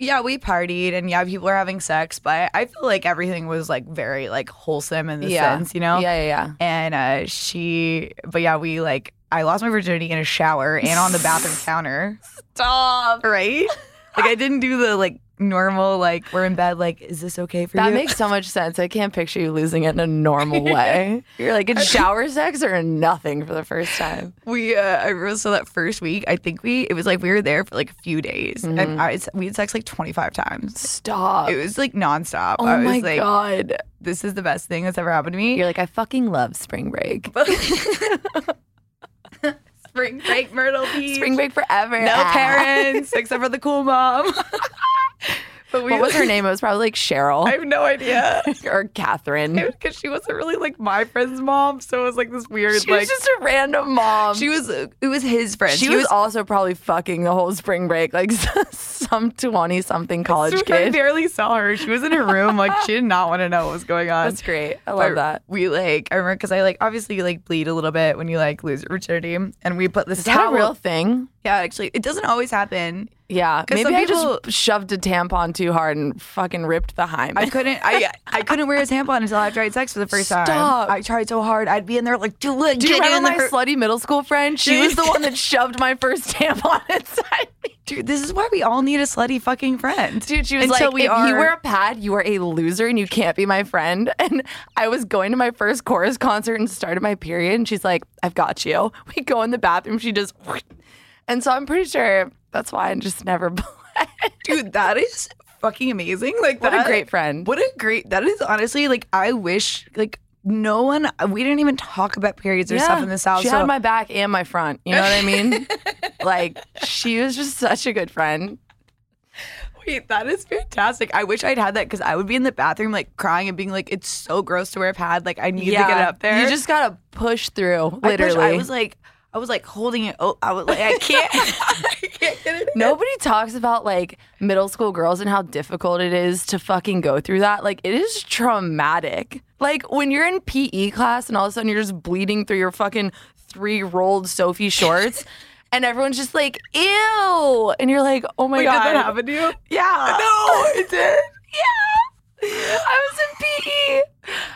Speaker 3: yeah, we partied, and yeah, people are having sex, but I feel like everything was like very like wholesome in the
Speaker 4: Yeah.
Speaker 3: sense, you know.
Speaker 4: Yeah. Yeah. yeah.
Speaker 3: And uh, she, but yeah, we like I lost my virginity in a shower and on the
Speaker 4: [LAUGHS]
Speaker 3: bathroom counter,
Speaker 4: Stop.
Speaker 3: right? Like I didn't do the like normal like we're in bed like is this okay for
Speaker 4: That
Speaker 3: you?
Speaker 4: makes so much sense. I can't picture you losing it in
Speaker 3: [LAUGHS]
Speaker 4: a normal way. You're like in shower sex or in nothing for the first time.
Speaker 3: We uh, I remember so that first week I think we it was like we were there for like a few days
Speaker 4: Mm-hmm.
Speaker 3: and I we had sex like twenty five times.
Speaker 4: Stop.
Speaker 3: It was like nonstop.
Speaker 4: oh
Speaker 3: I was
Speaker 4: my
Speaker 3: like,
Speaker 4: god.
Speaker 3: this is the best thing that's ever happened to me.
Speaker 4: You're like, I fucking love
Speaker 3: [LAUGHS]
Speaker 4: spring break.
Speaker 3: [LAUGHS] spring break, Myrtle Beach.
Speaker 4: spring break forever.
Speaker 3: No [LAUGHS]
Speaker 4: Ah.
Speaker 3: parents except for the cool mom. but we,
Speaker 4: What was her name? It was probably like
Speaker 3: [LAUGHS]
Speaker 4: Cheryl
Speaker 3: I have no [LAUGHS] idea
Speaker 4: [LAUGHS] or Catherine.
Speaker 3: because she wasn't really like my friend's mom, so it was like this weird
Speaker 4: She
Speaker 3: like.
Speaker 4: was just a random mom.
Speaker 3: she was. It was his friend.
Speaker 4: She was, also probably fucking the whole spring break, like [LAUGHS] some twenty-something
Speaker 3: [LAUGHS]
Speaker 4: college
Speaker 3: I
Speaker 4: kid.
Speaker 3: barely saw her. She was in her room. Like she did not want to know what was going on.
Speaker 4: That's great. I
Speaker 3: But
Speaker 4: love that.
Speaker 3: We like, I remember because I like obviously you like bleed a little bit when you like lose your virginity, and we put this
Speaker 4: Is that
Speaker 3: towel.
Speaker 4: a real thing?
Speaker 3: yeah, actually, it doesn't always happen.
Speaker 4: Yeah,
Speaker 3: 'Cause
Speaker 4: maybe
Speaker 3: some
Speaker 4: I
Speaker 3: people-
Speaker 4: just shoved a tampon too hard and fucking ripped the hymen.
Speaker 3: I couldn't. I I couldn't wear a tampon until after I had sex for the first time.
Speaker 4: Stop.
Speaker 3: I tried so hard. I'd be in there like, do it.
Speaker 4: Do you
Speaker 3: get in
Speaker 4: remember my
Speaker 3: there."
Speaker 4: slutty middle school friend? She was the
Speaker 3: Dude.
Speaker 4: one that shoved my first [LAUGHS] tampon inside me.
Speaker 3: Dude, this is why we all need a slutty fucking friend.
Speaker 4: Dude, she was
Speaker 3: Until
Speaker 4: like,
Speaker 3: we
Speaker 4: if
Speaker 3: are-
Speaker 4: you wear a pad, you are a loser and you can't be my friend. [LAUGHS] And I was going to my first chorus concert and started my period. And she's like, I've got you. [LAUGHS] We go in the bathroom. She just, [LAUGHS] and so I'm pretty sure that's why I just
Speaker 3: [LAUGHS]
Speaker 4: never. [LAUGHS]
Speaker 3: Dude, that is fucking amazing. Like,
Speaker 4: What a
Speaker 3: that-
Speaker 4: great friend.
Speaker 3: What a great. That is honestly like I wish like no one. We didn't even talk about periods or stuff in the south.
Speaker 4: She
Speaker 3: so
Speaker 4: had my back and my front. You know what
Speaker 3: [LAUGHS]
Speaker 4: I mean? like, she was just such a good friend.
Speaker 3: Wait, that is fantastic. I wish I'd had that because I would be in the bathroom like crying and being like, "It's so gross to wear a pad. Like I need to get up there."
Speaker 4: You just gotta push through,
Speaker 3: I wish-
Speaker 4: literally.
Speaker 3: I, was like, I was like holding it. Oh, I was like, I can't. [LAUGHS] I can't get [LAUGHS] it.
Speaker 4: [LAUGHS] Nobody talks about like middle school girls and how difficult it is to fucking go through that. Like it is traumatic. Like when you're in PE class and all of a sudden you're just bleeding through your fucking three rolled Sophie shorts and everyone's just like, ew. And you're like, oh my
Speaker 3: Wait, did
Speaker 4: God.
Speaker 3: that happen to you?
Speaker 4: Yeah.
Speaker 3: No,
Speaker 4: [LAUGHS]
Speaker 3: it did.
Speaker 4: Yeah. I was in PE.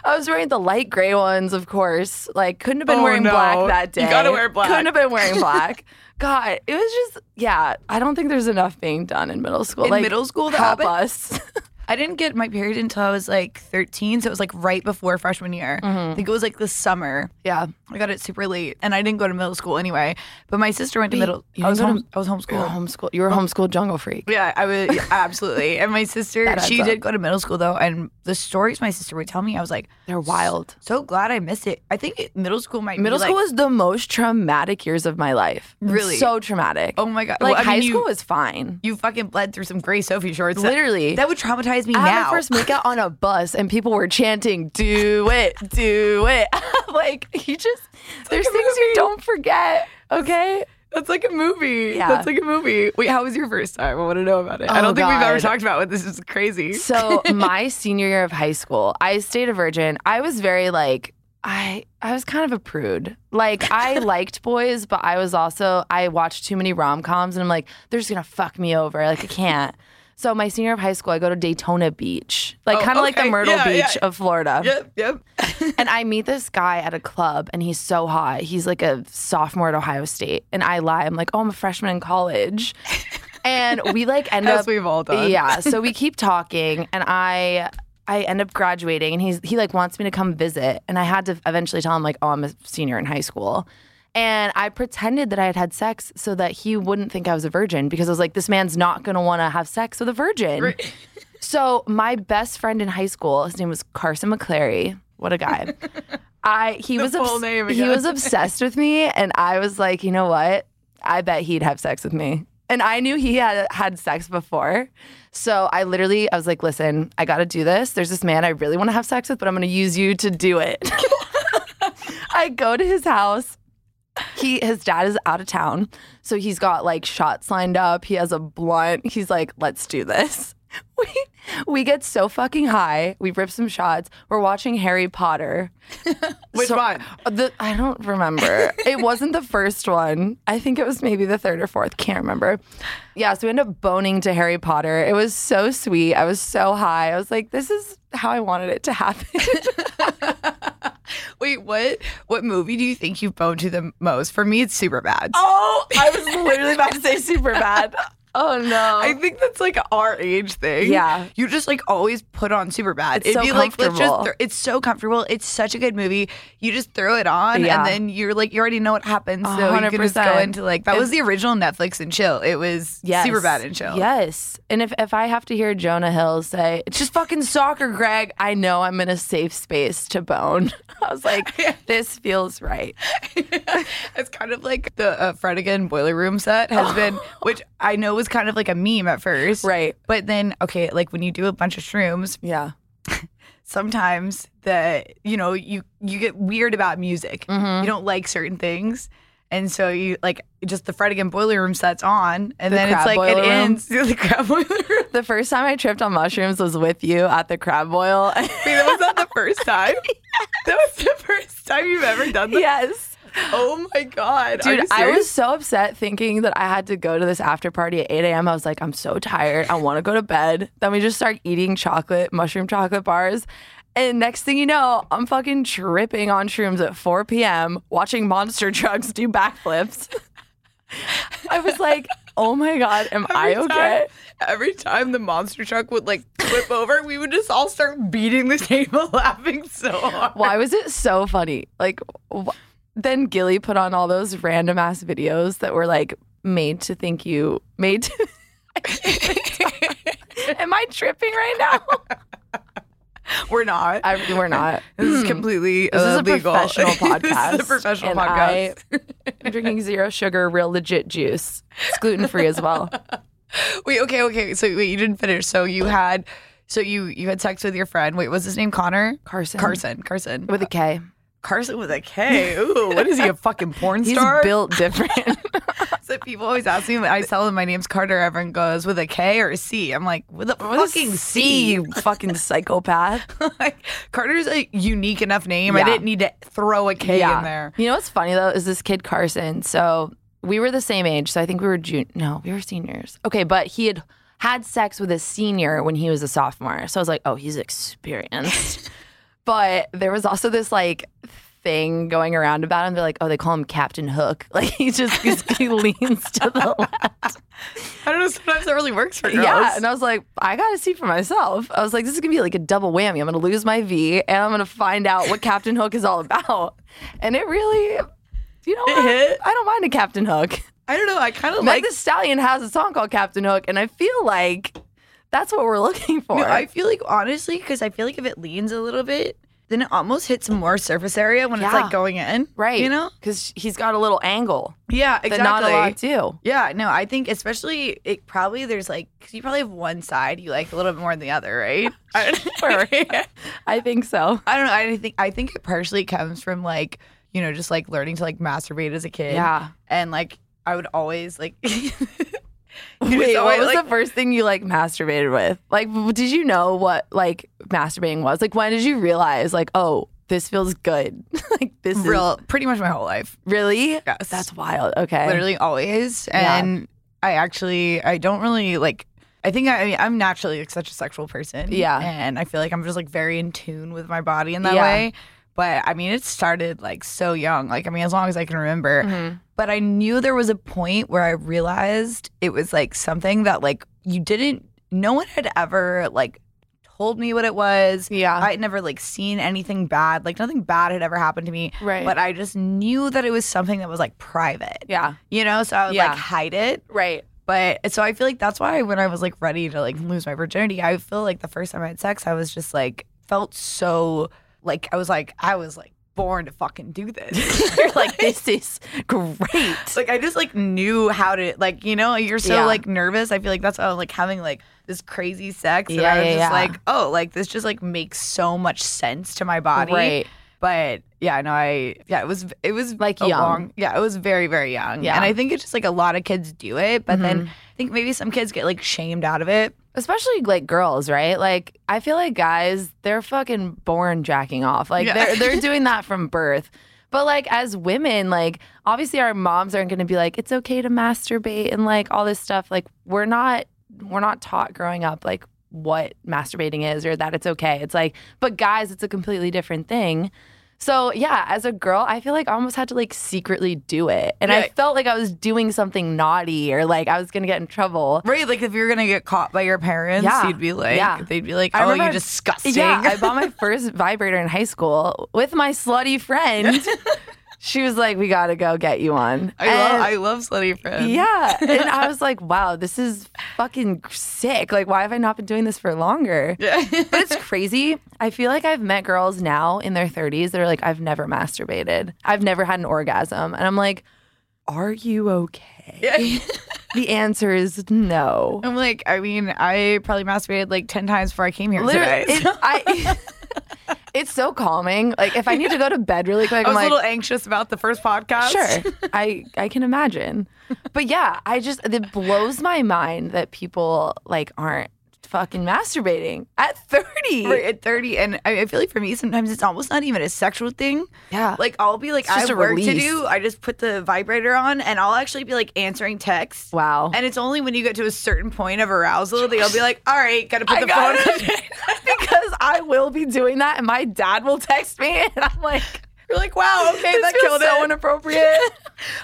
Speaker 4: I was wearing the light gray ones, of course. Like, couldn't have been
Speaker 3: Oh,
Speaker 4: wearing
Speaker 3: no.
Speaker 4: black that day.
Speaker 3: You gotta wear black.
Speaker 4: Couldn't have been
Speaker 3: [LAUGHS]
Speaker 4: wearing black. God, it was just, yeah, I don't think there's enough being done in middle school.
Speaker 3: In
Speaker 4: like,
Speaker 3: middle school that
Speaker 4: help
Speaker 3: happened?
Speaker 4: us. [LAUGHS]
Speaker 3: I didn't get my period until I was like 13, so it was like right before freshman year. I think it was like the summer.
Speaker 4: yeah.
Speaker 3: I got it super late, and I didn't go to middle school anyway. But my sister went to middle.
Speaker 4: you
Speaker 3: I was,
Speaker 4: didn't go to-
Speaker 3: home, I was homeschooled.
Speaker 4: You were homeschool. You were a homeschool jungle freak.
Speaker 3: Yeah, I was yeah, absolutely. And my sister,
Speaker 4: That adds
Speaker 3: she
Speaker 4: up.
Speaker 3: did go to middle school though, and the stories my sister would tell me, I was like,
Speaker 4: They're wild.
Speaker 3: so glad I missed it. I think it- middle school might
Speaker 4: Middle
Speaker 3: be
Speaker 4: school
Speaker 3: like,
Speaker 4: was the most traumatic years of my life.
Speaker 3: Really?
Speaker 4: So traumatic.
Speaker 3: oh my god,
Speaker 4: Like
Speaker 3: Well, I mean,
Speaker 4: high
Speaker 3: you-
Speaker 4: school was fine.
Speaker 3: You fucking bled through some gray Sophie shorts. That-
Speaker 4: Literally.
Speaker 3: that, would traumatize me
Speaker 4: I had
Speaker 3: now.
Speaker 4: my first makeout on a bus and people were chanting, do it, do it. [LAUGHS] I'm like, you just, there's
Speaker 3: a
Speaker 4: things you
Speaker 3: movie.
Speaker 4: don't forget, okay?
Speaker 3: That's like a movie.
Speaker 4: Yeah.
Speaker 3: That's like a movie. Wait, how was your first time? I want to know about it. I
Speaker 4: Oh,
Speaker 3: don't think we've ever
Speaker 4: God.
Speaker 3: talked about it. This is crazy.
Speaker 4: So my senior year of high school, I stayed a virgin. I was very like I I was kind of a prude.
Speaker 3: [LAUGHS]
Speaker 4: Like I liked boys, but I was also I watched too many rom coms, and I'm like they're just gonna fuck me over. Like I can't. So my senior year of high school, I go to Daytona Beach, like
Speaker 3: Oh,
Speaker 4: kind of like the
Speaker 3: okay.
Speaker 4: Myrtle
Speaker 3: Yeah,
Speaker 4: Beach
Speaker 3: yeah.
Speaker 4: of Florida.
Speaker 3: yep, yep.
Speaker 4: And I meet this guy at a club, and he's so hot. He's like a sophomore at Ohio State, and I lie. I'm like, oh, I'm a freshman in college. And we like end
Speaker 3: As
Speaker 4: up
Speaker 3: we've all done. [LAUGHS]
Speaker 4: yeah. So we keep talking, and I I end up graduating, and he's he like wants me to come visit, and I had to eventually tell him like, oh, I'm a senior in high school. And I pretended that I had had sex so that he wouldn't think I was a virgin because I was like, this man's not gonna wanna have sex with a virgin. So my best friend in high school, his name was Carson McClary. What
Speaker 3: [LAUGHS]
Speaker 4: a guy! I he was
Speaker 3: full name
Speaker 4: he
Speaker 3: again.
Speaker 4: was obsessed with me, and I was like, you know what? I bet he'd have sex with me, and I knew he had had sex before. So I literally I was like, listen, I got to do this. There's this man I really want to have sex with, but I'm going to use you to do it. [LAUGHS] I go to his house. He his dad is out of town. So he's got like shots lined up. He has a blunt. He's like, let's do this. We we get so fucking high. We rip some shots. We're watching Harry Potter.
Speaker 3: [LAUGHS] Which
Speaker 4: So-
Speaker 3: one?
Speaker 4: The, I don't
Speaker 3: [LAUGHS]
Speaker 4: remember. it wasn't the first one. I think it was maybe the third or fourth. Can't remember. Yeah, so we ended up boning to Harry Potter. It was so sweet. I was so high. I was like, this is how I wanted it to happen.
Speaker 3: [LAUGHS] Wait, what? What movie do you think you've boned to the most? For me, it's super bad.
Speaker 4: oh, I was literally about to say
Speaker 3: [LAUGHS]
Speaker 4: super bad. Oh no.
Speaker 3: I think that's like our age thing.
Speaker 4: Yeah.
Speaker 3: You just like always put on super bad.
Speaker 4: It's so comfortable.
Speaker 3: throw- it's so comfortable. It's such a good movie. You just throw it on
Speaker 4: Yeah.
Speaker 3: and then you're like, you already know what happens. So you can just go
Speaker 4: 100%.
Speaker 3: into like, that was the original Netflix and chill. It was
Speaker 4: Yes.
Speaker 3: super bad and chill.
Speaker 4: Yes. And if, if I have to hear Jonah Hill say, it's just fucking soccer, Greg, I know I'm in a safe space to bone. [LAUGHS] I was like, this
Speaker 3: [LAUGHS]
Speaker 4: feels right.
Speaker 3: it's kind of like the uh, Fredigan boiler room set has
Speaker 4: [LAUGHS]
Speaker 3: been, which I know was kind of like a meme at first.
Speaker 4: Right.
Speaker 3: But then, okay, like when you do a bunch of shrooms,
Speaker 4: Yeah.
Speaker 3: sometimes that you know you you get weird about music.
Speaker 4: Mm-hmm.
Speaker 3: You don't like certain things, and so you like just the Fredigan boiler room sets on, and
Speaker 4: The
Speaker 3: then it's
Speaker 4: crab
Speaker 3: like it
Speaker 4: boiler room.
Speaker 3: ends. [LAUGHS] the crab boiler room.
Speaker 4: The first time I tripped on mushrooms was with you at the crab boil. [LAUGHS]
Speaker 3: Wait, that was not the first time. That was the first time you've ever done that.
Speaker 4: yes.
Speaker 3: Oh my god, Are
Speaker 4: Dude,
Speaker 3: you
Speaker 4: I
Speaker 3: serious?
Speaker 4: was so upset thinking that I had to go to this after party at 8 a.m. I was like, I'm so tired. I want to go to bed. Then we just start eating chocolate, mushroom chocolate bars. And next thing you know, I'm fucking tripping on shrooms at 4 p.m., watching monster [LAUGHS] trucks do backflips. I was like, oh my God, am I
Speaker 3: Every
Speaker 4: okay?
Speaker 3: Time, every time the monster truck would like flip over, we would just all start beating the table, [LAUGHS] laughing so hard.
Speaker 4: Why was it so funny? Like, wh- then Gilly put on all those random ass videos that were like made to think you made. To- [LAUGHS] Am I tripping right now?
Speaker 3: [LAUGHS] We're not.
Speaker 4: I,
Speaker 3: [LAUGHS]
Speaker 4: we're not.
Speaker 3: Hmm. this is completely
Speaker 4: This is a
Speaker 3: illegal.
Speaker 4: professional
Speaker 3: [LAUGHS]
Speaker 4: podcast.
Speaker 3: this is a professional
Speaker 4: and
Speaker 3: podcast.
Speaker 4: I, am drinking zero sugar, real legit juice. It's gluten free as well.
Speaker 3: [LAUGHS] Wait, okay, okay. So wait, you didn't finish. So you had, so you you had sex with your friend. Wait, was his name Connor?
Speaker 4: Carson.
Speaker 3: Carson. Carson.
Speaker 4: With a K.
Speaker 3: Carson with a K. Ooh, what is he? [LAUGHS] A fucking porn
Speaker 4: He's
Speaker 3: star? [LAUGHS]
Speaker 4: built different.
Speaker 3: So people always ask me, I tell them my name's Carter. Everyone goes with a K or a C. I'm like, with a fucking C.
Speaker 4: you fucking psychopath.
Speaker 3: [LAUGHS] like Carter's a unique enough name. I
Speaker 4: Yeah.
Speaker 3: didn't need to throw a K
Speaker 4: yeah.
Speaker 3: in there.
Speaker 4: You know what's funny though is this kid Carson. So we were the same age. So I think we were jun. No, we were seniors. Okay, but he had had sex with a senior when he was a sophomore. So I was like, oh, he's experienced.
Speaker 3: [LAUGHS]
Speaker 4: but there was also this like thing going around about him. They're like, oh, they call him Captain Hook. [LAUGHS] Like he just he leans to the [LAUGHS] left.
Speaker 3: I don't know. Sometimes that really [LAUGHS] works for girls.
Speaker 4: Yeah, and I was like, I gotta see for myself. I was like, this is gonna be like a double whammy. I'm gonna lose my V, and I'm gonna find out what Captain Hook is all about. And it really, you know, what?
Speaker 3: hit.
Speaker 4: I don't mind a Captain Hook. [LAUGHS]
Speaker 3: I don't know. I kind of
Speaker 4: Meg
Speaker 3: like
Speaker 4: The Stallion has a song called Captain Hook, and I feel like That's what we're looking for.
Speaker 3: No, I feel like honestly, because I feel like if it leans a little bit, then it almost hits more surface area when it's
Speaker 4: Yeah.
Speaker 3: like going in,
Speaker 4: right.
Speaker 3: You know?
Speaker 4: Because he's got a little angle
Speaker 3: Yeah,
Speaker 4: that not a lot do.
Speaker 3: Yeah, no, I think especially it probably there's like 'cause you probably have one side you like a little bit more than the other, right? [LAUGHS] I don't-
Speaker 4: I think so.
Speaker 3: I don't know. I think I think it partially comes from like you know just like learning to like masturbate as a kid.
Speaker 4: Yeah.
Speaker 3: and like I would always like. [LAUGHS] you [LAUGHS] just
Speaker 4: Wait, what
Speaker 3: always,
Speaker 4: was
Speaker 3: like-
Speaker 4: the first thing you like masturbated with? Like, w- did you know what like masturbating was? Like, when did you realize like, oh, this feels good? [LAUGHS] like, this is
Speaker 3: real pretty much my whole life
Speaker 4: really
Speaker 3: Yes.
Speaker 4: That's wild. Okay,
Speaker 3: literally always
Speaker 4: Yeah.
Speaker 3: and i actually i don't really like i think I, I mean i'm naturally like such a sexual person
Speaker 4: Yeah.
Speaker 3: and i feel like i'm just like very in tune with my body in that
Speaker 4: Yeah.
Speaker 3: way but i mean it started like so young like i mean as long as i can remember
Speaker 4: Mhm.
Speaker 3: but i knew there was a point where i realized it was like something that like you didn't no one had ever like told me what it was
Speaker 4: Yeah,
Speaker 3: i had never like seen anything bad like nothing bad had ever happened to me
Speaker 4: right.
Speaker 3: but i just knew that it was something that was like private
Speaker 4: yeah,
Speaker 3: you know so i would
Speaker 4: Yeah.
Speaker 3: like hide it
Speaker 4: [LAUGHS] right.
Speaker 3: but so i feel like that's why when i was like ready to like lose my virginity i feel like the first time i had sex i was just like felt so like i was like i was like born to fucking do
Speaker 4: [LAUGHS]
Speaker 3: this [LAUGHS]
Speaker 4: You're like, this is great.
Speaker 3: like i just like knew how to like you know you're so
Speaker 4: Yeah.
Speaker 3: like nervous i feel like that's why i'm like having like this crazy sex and
Speaker 4: Yeah,
Speaker 3: i was
Speaker 4: yeah,
Speaker 3: just
Speaker 4: yeah.
Speaker 3: like oh like this just like makes so much sense to my body
Speaker 4: Right.
Speaker 3: but yeah, no, I yeah, it was it was
Speaker 4: Like
Speaker 3: a
Speaker 4: young.
Speaker 3: long- yeah, it was very very young.
Speaker 4: Yeah.
Speaker 3: and I think it's just like a lot of kids do it, but then I think maybe some kids get like shamed out of it.
Speaker 4: especially like girls, right? Like I feel like guys, they're fucking born jacking off. Like
Speaker 3: Yeah. [LAUGHS]
Speaker 4: they're they're doing that from birth. But like as women, like obviously our moms aren't going to be like it's okay to masturbate and like all this stuff. Like we're not we're not taught growing up like what masturbating is or that it's okay. It's like but guys, it's a completely different thing. So yeah, as a girl, I feel like I almost had to like secretly do it. And I
Speaker 3: Yeah.
Speaker 4: felt like I was doing something naughty or like I was going to get in trouble.
Speaker 3: Right, like if you're gonna get caught by your parents,
Speaker 4: Yeah.
Speaker 3: you'd be like,
Speaker 4: Yeah.
Speaker 3: they'd be like,
Speaker 4: I
Speaker 3: oh,
Speaker 4: remember
Speaker 3: you
Speaker 4: I-
Speaker 3: disgusting.
Speaker 4: Yeah,
Speaker 3: [LAUGHS]
Speaker 4: I bought my first vibrator in high school with my slutty
Speaker 3: [LAUGHS]
Speaker 4: friend. she was like, "We gotta go get you one."
Speaker 3: I love,
Speaker 4: And-
Speaker 3: I love slutty friends.
Speaker 4: yeah, and
Speaker 3: [LAUGHS]
Speaker 4: I was like, "Wow, this is fucking sick! Like, why have I not been doing this for longer?"
Speaker 3: [LAUGHS]
Speaker 4: but it's crazy. I feel like I've met girls now in their 30s that are like, "I've never masturbated. I've never had an orgasm," and I'm like, "Are you okay?" the answer is no.
Speaker 3: [LAUGHS] I'm like, I mean, I probably masturbated like ten times before [LAUGHS] I came here
Speaker 4: Literally,
Speaker 3: today.
Speaker 4: it, I. [LAUGHS] It's so calming. Like if I need to go to bed really quick,
Speaker 3: I was
Speaker 4: I'm
Speaker 3: a
Speaker 4: like,
Speaker 3: little anxious about the first podcast.
Speaker 4: Sure. I I can imagine. But yeah, I just it blows my mind that people like aren't fucking masturbating at 30.
Speaker 3: Right, at 30 and I, I feel like for me sometimes it's almost not even a sexual thing
Speaker 4: Yeah.
Speaker 3: like i'll be like
Speaker 4: It's
Speaker 3: i
Speaker 4: just
Speaker 3: have
Speaker 4: a
Speaker 3: work to
Speaker 4: release.
Speaker 3: do i just put the vibrator on and i'll actually be like answering texts
Speaker 4: Wow.
Speaker 3: and it's only when you get to a certain point of arousal that you'll be like all right gotta put
Speaker 4: I
Speaker 3: the
Speaker 4: got
Speaker 3: phone
Speaker 4: [LAUGHS] it. because I will be down.
Speaker 3: doing that and my dad will text me and i'm like [LAUGHS] you're like wow okay
Speaker 4: This
Speaker 3: that
Speaker 4: feels
Speaker 3: killed
Speaker 4: so
Speaker 3: it [LAUGHS] inappropriate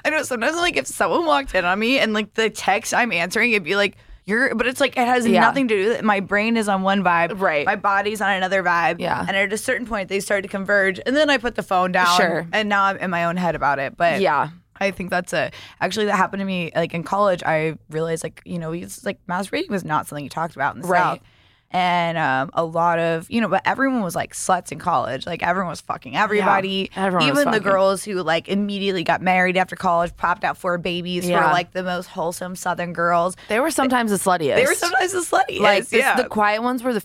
Speaker 3: i know sometimes like if someone walked in on me and like the text i'm answering it'd be like you're but it's like it has
Speaker 4: Yeah.
Speaker 3: nothing to do with it. my brain is on one vibe
Speaker 4: Right.
Speaker 3: my body's on another vibe
Speaker 4: Yeah.
Speaker 3: and at a certain point they start to converge and then i put the phone down
Speaker 4: Sure.
Speaker 3: and now i'm in my own head about it but
Speaker 4: Yeah.
Speaker 3: I think that's a actually that happened to me like in college. I realized like you know it's like masturbating was not something you talked about in the
Speaker 4: Right.
Speaker 3: south, and um, a lot of you know, but everyone was like sluts in college. Like everyone was fucking everybody.
Speaker 4: everyone was
Speaker 3: even the
Speaker 4: fucking.
Speaker 3: girls who like immediately got married after college, popped out four babies,
Speaker 4: Yeah.
Speaker 3: were like the most wholesome Southern girls.
Speaker 4: They were sometimes the sluttiest.
Speaker 3: They were sometimes the sluttiest.
Speaker 4: like this-
Speaker 3: yeah.
Speaker 4: the quiet ones were the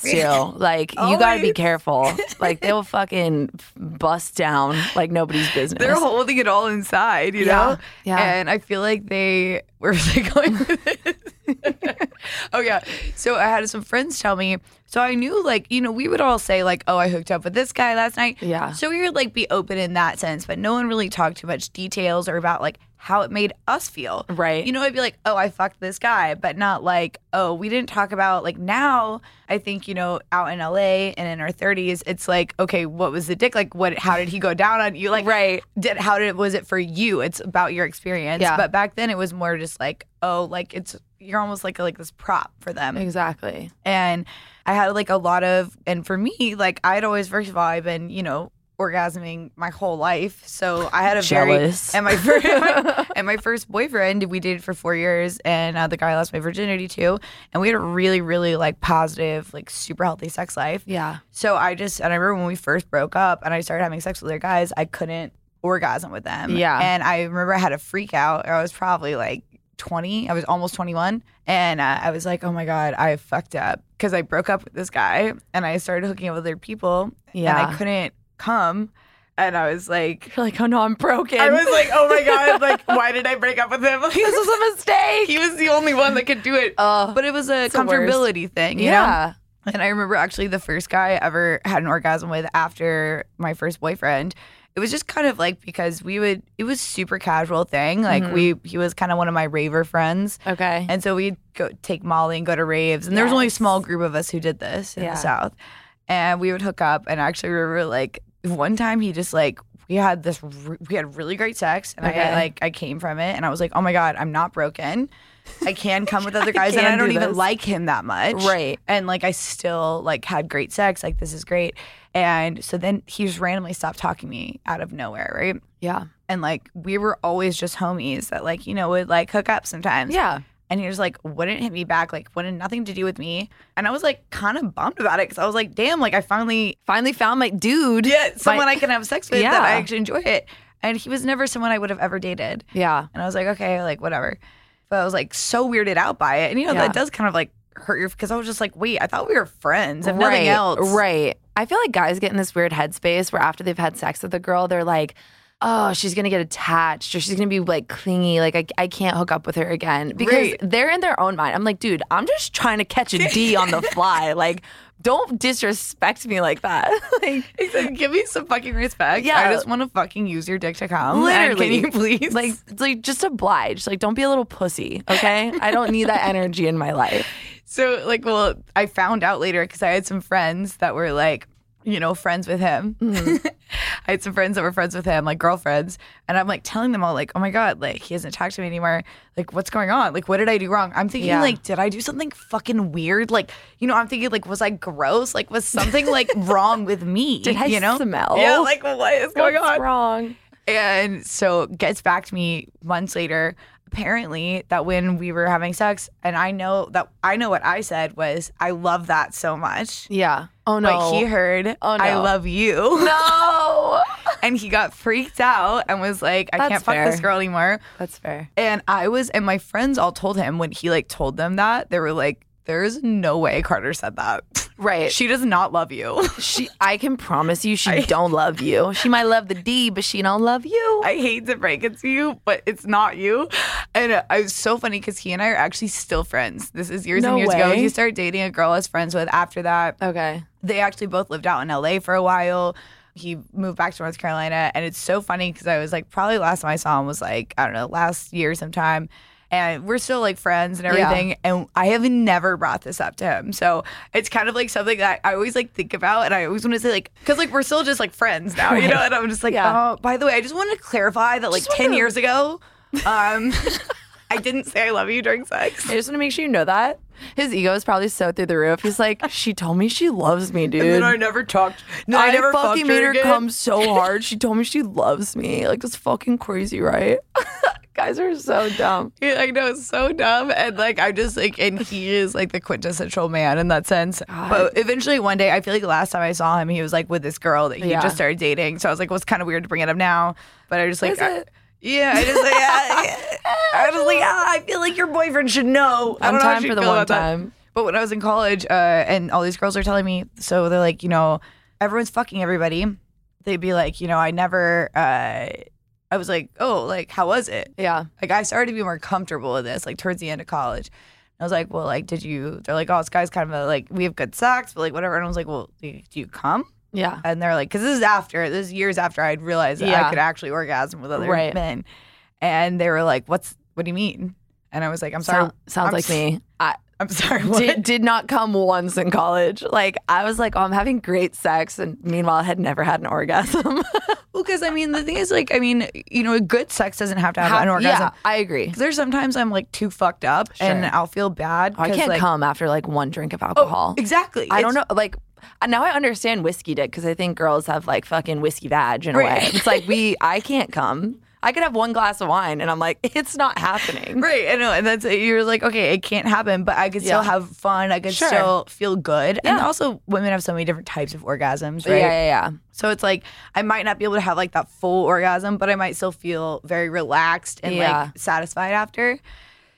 Speaker 3: [LAUGHS]
Speaker 4: too. Like you
Speaker 3: Always.
Speaker 4: gotta
Speaker 3: [LAUGHS]
Speaker 4: be careful. Like they'll fucking bust down like nobody's business.
Speaker 3: they're holding it all inside, you
Speaker 4: Yeah,
Speaker 3: know?
Speaker 4: yeah.
Speaker 3: And I feel like they [LAUGHS] where was I going with this? oh yeah. So I had some friends tell me, so I knew like, you know, we would all say like, oh, I hooked up with this guy last night.
Speaker 4: Yeah.
Speaker 3: So we would like be open in that sense, but no one really talked too much details or about like how it made us feel.
Speaker 4: Right.
Speaker 3: You know, I'd be like, oh, I fucked this guy, but not like, oh, we didn't talk about like now. I think, you know, out in LA and in our 30s, it's like, okay, what was the dick? Like, what, how did he go down on you? Like,
Speaker 4: Right.
Speaker 3: Did, how did, was it for you? It's about your experience.
Speaker 4: Yeah.
Speaker 3: But back then it was more just like, oh, like it's, you're almost like like this prop for them
Speaker 4: exactly.
Speaker 3: and I had like a lot of and for me like I'd always first of all I've been you know orgasming my whole life. So I had a
Speaker 4: Jealous.
Speaker 3: very and my, first,
Speaker 4: [LAUGHS]
Speaker 3: and my first boyfriend we dated for four years, and uh, the guy I lost my virginity to, and we had a really really like positive like super healthy sex life.
Speaker 4: Yeah.
Speaker 3: So I just and I remember when we first broke up and I started having sex with other guys, I couldn't orgasm with them.
Speaker 4: Yeah.
Speaker 3: And I remember I had a freak out. I was probably like 20. I was almost 21, and uh, I was like, "Oh my god, I fucked up" because I broke up with this guy and I started hooking up with other people, and I
Speaker 4: [LAUGHS] Yeah.
Speaker 3: couldn't come, and I was like.
Speaker 4: You're like, oh no, I'm broken.
Speaker 3: I was like, oh my God, like, why did I break up with him? Like,
Speaker 4: [LAUGHS] this was a
Speaker 3: [LAUGHS]
Speaker 4: mistake.
Speaker 3: he was the only one that could do
Speaker 4: [LAUGHS]
Speaker 3: it.
Speaker 4: Oh,
Speaker 3: but it was a
Speaker 4: it's the worst.
Speaker 3: comfortability thing, you know?
Speaker 4: yeah.
Speaker 3: And I remember actually the first guy I ever had an orgasm with after my first boyfriend. It was just kind of like because we would it was super casual thing. Like
Speaker 4: Mhm.
Speaker 3: we he was kind of one of my raver friends.
Speaker 4: Okay.
Speaker 3: And so we'd go take Molly and go to raves. And there was only a
Speaker 4: Yes.
Speaker 3: small group of us who did this in
Speaker 4: Yeah.
Speaker 3: the South. And we would hook up and actually we were like one time he just like we had this re- we had really great sex and I
Speaker 4: Okay.
Speaker 3: like I came from it and I was like, "Oh my god, I'm not broken. I can come with
Speaker 4: [LAUGHS]
Speaker 3: other guys and
Speaker 4: can
Speaker 3: I don't
Speaker 4: do
Speaker 3: even
Speaker 4: this."
Speaker 3: like him that much."
Speaker 4: Right.
Speaker 3: and like I still like had great sex. Like this is great. And so then he just randomly stopped talking to me out of nowhere, right?
Speaker 4: Yeah.
Speaker 3: And like we were always just homies that like you know would like hook up sometimes.
Speaker 4: Yeah.
Speaker 3: And he was like wouldn't hit me back, like wanted nothing to do with me. And I was like kind of bummed about it because I was like, damn, like I finally
Speaker 4: Finally found my dude.
Speaker 3: yeah someone I can have sex with that I
Speaker 4: Yeah.
Speaker 3: actually enjoy it. And he was never someone I would have ever dated.
Speaker 4: Yeah.
Speaker 3: And I was like, okay, like whatever. But I was like so weirded out by it. And you know,
Speaker 4: Yeah.
Speaker 3: that does kind of like hurt your because I was just like, wait, I thought we were friends, if nothing
Speaker 4: Right,
Speaker 3: else. [LAUGHS]
Speaker 4: Right. I feel like guys get in this weird headspace where after they've had sex with a girl, they're like, oh, she's going to get attached or she's going to be like clingy. Like, I, I can't hook up with her again because
Speaker 3: Right.
Speaker 4: they're in their own mind. I'm like, dude, I'm just trying to catch a D
Speaker 3: [LAUGHS]
Speaker 4: on the fly. Like, don't disrespect me like that. [LAUGHS] like,
Speaker 3: He's like, give me some fucking respect.
Speaker 4: Yeah.
Speaker 3: I just want to fucking use your dick to come. And
Speaker 4: literally.
Speaker 3: can you
Speaker 4: [LAUGHS]
Speaker 3: please?
Speaker 4: Like, like, just oblige. Like, don't be a little pussy, okay? I don't need that energy in my life.
Speaker 3: so, like, well, I found out later because I had some friends that were like, you know, friends with him.
Speaker 4: Mm-hmm.
Speaker 3: [LAUGHS] I had some friends that were friends with him, like girlfriends. And I'm like telling them all, like, oh my God, like, he hasn't talked to me anymore. Like, what's going on? Like, what did I do wrong? I'm thinking,
Speaker 4: Yeah.
Speaker 3: like, did I do something fucking weird? Like, you know, I'm thinking, like, was I gross? Like, was something
Speaker 4: [LAUGHS]
Speaker 3: like wrong with me?
Speaker 4: Did I
Speaker 3: you know?
Speaker 4: smell?
Speaker 3: Yeah, like, what is going
Speaker 4: What's
Speaker 3: on?
Speaker 4: wrong?
Speaker 3: And so gets back to me months later, apparently that when we were having sex, and I know that I know what I said was, I love that so much.
Speaker 4: Yeah. Oh, no.
Speaker 3: But he heard,
Speaker 4: Oh,
Speaker 3: I
Speaker 4: no.
Speaker 3: love you.
Speaker 4: no.
Speaker 3: [LAUGHS] And he got freaked out and was like, I
Speaker 4: That's
Speaker 3: can't fuck this
Speaker 4: fair.
Speaker 3: girl anymore.
Speaker 4: That's fair.
Speaker 3: And I was, and my friends all told him when he like told them that, they were like, there's no way Carter said that.
Speaker 4: Right.
Speaker 3: She does not love you.
Speaker 4: She, I can promise you, she don't love you. She might love the D, but she don't love you.
Speaker 3: I hate to break it to you, but it's not you. And uh, it was so funny because he and I are actually still friends. This is years
Speaker 4: No
Speaker 3: and years ago.
Speaker 4: way.
Speaker 3: He started dating a girl I was friends with after that.
Speaker 4: okay.
Speaker 3: They actually both lived out in LA for a while. He moved back to North Carolina. And it's so funny because I was like, probably last time I saw him was like, I don't know, last year sometime. And we're still like friends and
Speaker 4: Yeah.
Speaker 3: everything. And I have never brought this up to him. So it's kind of like something that I always like think about. And I always want to say, like, because like we're still just like friends now, you know? And I'm just like,
Speaker 4: Yeah.
Speaker 3: oh, Oh, by the way, I just wanted to clarify that like 10 years
Speaker 4: [LAUGHS]
Speaker 3: ago, um, [LAUGHS] I didn't say I love you during sex.
Speaker 4: I just want to make sure you know that his ego is probably so through the roof. He's like, she told me she
Speaker 3: [LAUGHS]
Speaker 4: loves me, dude.
Speaker 3: never talked. No,
Speaker 4: I fucking made her come
Speaker 3: [LAUGHS]
Speaker 4: so hard. She told me she loves me. Like that's fucking crazy, right? [LAUGHS] Guys are so dumb.
Speaker 3: [LAUGHS] Yeah, I know it's so dumb, and like I'm just like, and he is like the quintessential man in that sense. But eventually, one day, I feel like the last time I saw him, he was like with this girl that he
Speaker 4: Yeah.
Speaker 3: just started dating. So I was like, well, it's kind of weird to bring it up now, but I just like,
Speaker 4: Is
Speaker 3: I-
Speaker 4: it?
Speaker 3: yeah, I just like, I, I was like, ah, I feel like your boyfriend should know. I don't
Speaker 4: One
Speaker 3: know how I
Speaker 4: time
Speaker 3: should
Speaker 4: for the
Speaker 3: feel
Speaker 4: one
Speaker 3: about that.
Speaker 4: time.
Speaker 3: But when I was in college, uh, and all these girls are telling me, so they're like, you know, everyone's fucking everybody. They'd be like, you know, I never. Uh, I was like, oh, like how was it?
Speaker 4: Yeah.
Speaker 3: Like I started to be more comfortable with this, like towards the end of college. And I was like, well, like, did you? They're like, oh, this guy's kind of a, like, we have good sex, but like, whatever. And I was like, well, do you- do you come?
Speaker 4: Yeah.
Speaker 3: And they're like, because this is after, this is years after I'd realized that I
Speaker 4: Yeah.
Speaker 3: could actually orgasm with other
Speaker 4: Right.
Speaker 3: men. And they were like, what's, what do you mean? And I was like, I'm sorry.
Speaker 4: Sound- sounds
Speaker 3: I'm
Speaker 4: like
Speaker 3: s-
Speaker 4: me. I,
Speaker 3: I'm sorry. [LAUGHS] What?
Speaker 4: Did, did not come once in college. Like I was like, oh, I'm having great sex, and meanwhile, I had never had an orgasm.
Speaker 3: Well, because I mean, the thing is, like, I mean, you know, good sex doesn't
Speaker 4: [LAUGHS]
Speaker 3: have to have
Speaker 4: How-
Speaker 3: an orgasm.
Speaker 4: yeah, I agree.
Speaker 3: 'Cause there's sometimes I'm like too fucked up, and
Speaker 4: Sure.
Speaker 3: I'll feel bad.
Speaker 4: Oh, I
Speaker 3: 'cause,
Speaker 4: can't
Speaker 3: like, Oh,
Speaker 4: come after like one drink of alcohol.
Speaker 3: Exactly.
Speaker 4: I don't
Speaker 3: It's-
Speaker 4: know. Like and now I understand whiskey dick because I think girls have like fucking whiskey badge in a way.
Speaker 3: Right.
Speaker 4: It's like we, I can't come. I could have one glass of wine and I'm like, [LAUGHS] it's not happening.
Speaker 3: Right, I know, and that's you're like, okay, it can't happen, but I could still
Speaker 4: Yeah.
Speaker 3: have fun. I could
Speaker 4: Sure.
Speaker 3: still feel good, and
Speaker 4: Yeah.
Speaker 3: also women have so many different types of orgasms,
Speaker 4: Yeah,
Speaker 3: right?
Speaker 4: yeah, yeah.
Speaker 3: So it's like I might not be able to have like that full orgasm, but I might still feel very relaxed and
Speaker 4: Yeah.
Speaker 3: like satisfied after.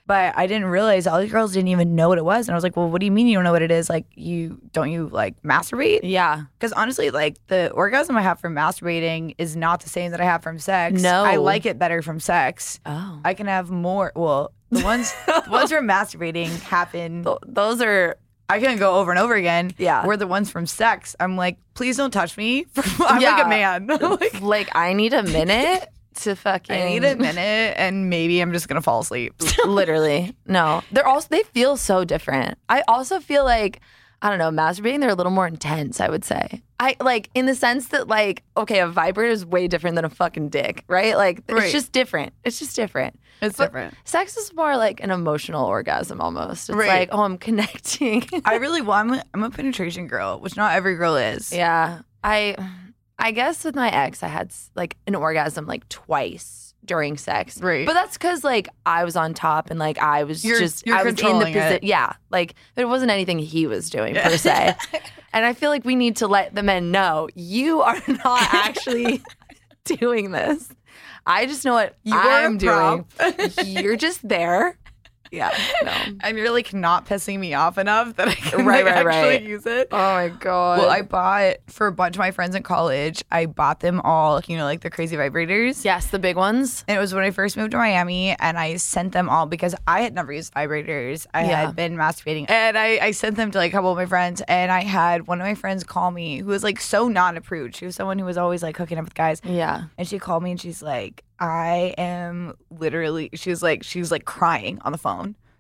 Speaker 3: But I didn't realize all these girls didn't even know what it was, and I was like, well, what do you mean you don't know what it is? Like you don't you like masturbate?
Speaker 4: Yeah.
Speaker 3: Because honestly, like the orgasm I have from masturbating is not the same that I have from sex.
Speaker 4: No.
Speaker 3: I like it better from sex.
Speaker 4: Oh.
Speaker 3: I can have more. Well, the
Speaker 4: [LAUGHS]
Speaker 3: ones the ones from masturbating happen.
Speaker 4: Th- those are,
Speaker 3: I can go over and over again.
Speaker 4: Yeah.
Speaker 3: Where the ones from sex, I'm like, please don't touch me. [LAUGHS] I'm like
Speaker 4: Yeah.
Speaker 3: a man. [LAUGHS] like,
Speaker 4: [LAUGHS] like, I need a minute to fucking.
Speaker 3: I need a minute, and maybe I'm just gonna fall
Speaker 4: [LAUGHS]
Speaker 3: asleep.
Speaker 4: Literally. No. They're also, they feel so different. I also feel like, I don't know, masturbating, they're a little more intense, I would say. I like, in the sense that, like, okay, a vibrator is way different than a fucking dick, right? Like,
Speaker 3: Right.
Speaker 4: it's just different. It's just different.
Speaker 3: It's
Speaker 4: But
Speaker 3: different.
Speaker 4: Sex is more like an emotional orgasm almost. It's
Speaker 3: Right.
Speaker 4: like, oh, I'm [LAUGHS] connecting.
Speaker 3: I really well, I'm a, I'm a penetration girl, which not every girl is.
Speaker 4: yeah. I, I guess with my ex, I had s- like an orgasm like twice during sex.
Speaker 3: Right.
Speaker 4: But that's because like I was on top and like I was
Speaker 3: You're-
Speaker 4: just
Speaker 3: you're
Speaker 4: I was in the
Speaker 3: controlling
Speaker 4: position.
Speaker 3: it.
Speaker 4: Yeah, like there wasn't anything he was doing
Speaker 3: [LAUGHS]
Speaker 4: per se. and I feel like we need to let the men know you are [LAUGHS]
Speaker 3: [LAUGHS]
Speaker 4: not actually doing this. I just know what
Speaker 3: You are a
Speaker 4: I'm doing. [LAUGHS] You're just there. Yeah. No.
Speaker 3: [LAUGHS] And you're like not pissing me off enough that I can
Speaker 4: Right,
Speaker 3: like,
Speaker 4: right,
Speaker 3: actually
Speaker 4: right.
Speaker 3: use it.
Speaker 4: Oh my god.
Speaker 3: Well, I bought for a bunch of my friends in college. I bought them all, like, you know, like the crazy vibrators.
Speaker 4: yes, the big ones.
Speaker 3: And it was when I first moved to Miami, and I sent them all because I had never used vibrators. I
Speaker 4: Yeah.
Speaker 3: had been masturbating, and I, I sent them to like a couple of my friends. And I had one of my friends call me, who was like so non approved. She was someone who was always like hooking up with guys,
Speaker 4: Yeah.
Speaker 3: and she called me and she's like, "I am literally," she was like, she was like crying on the phone.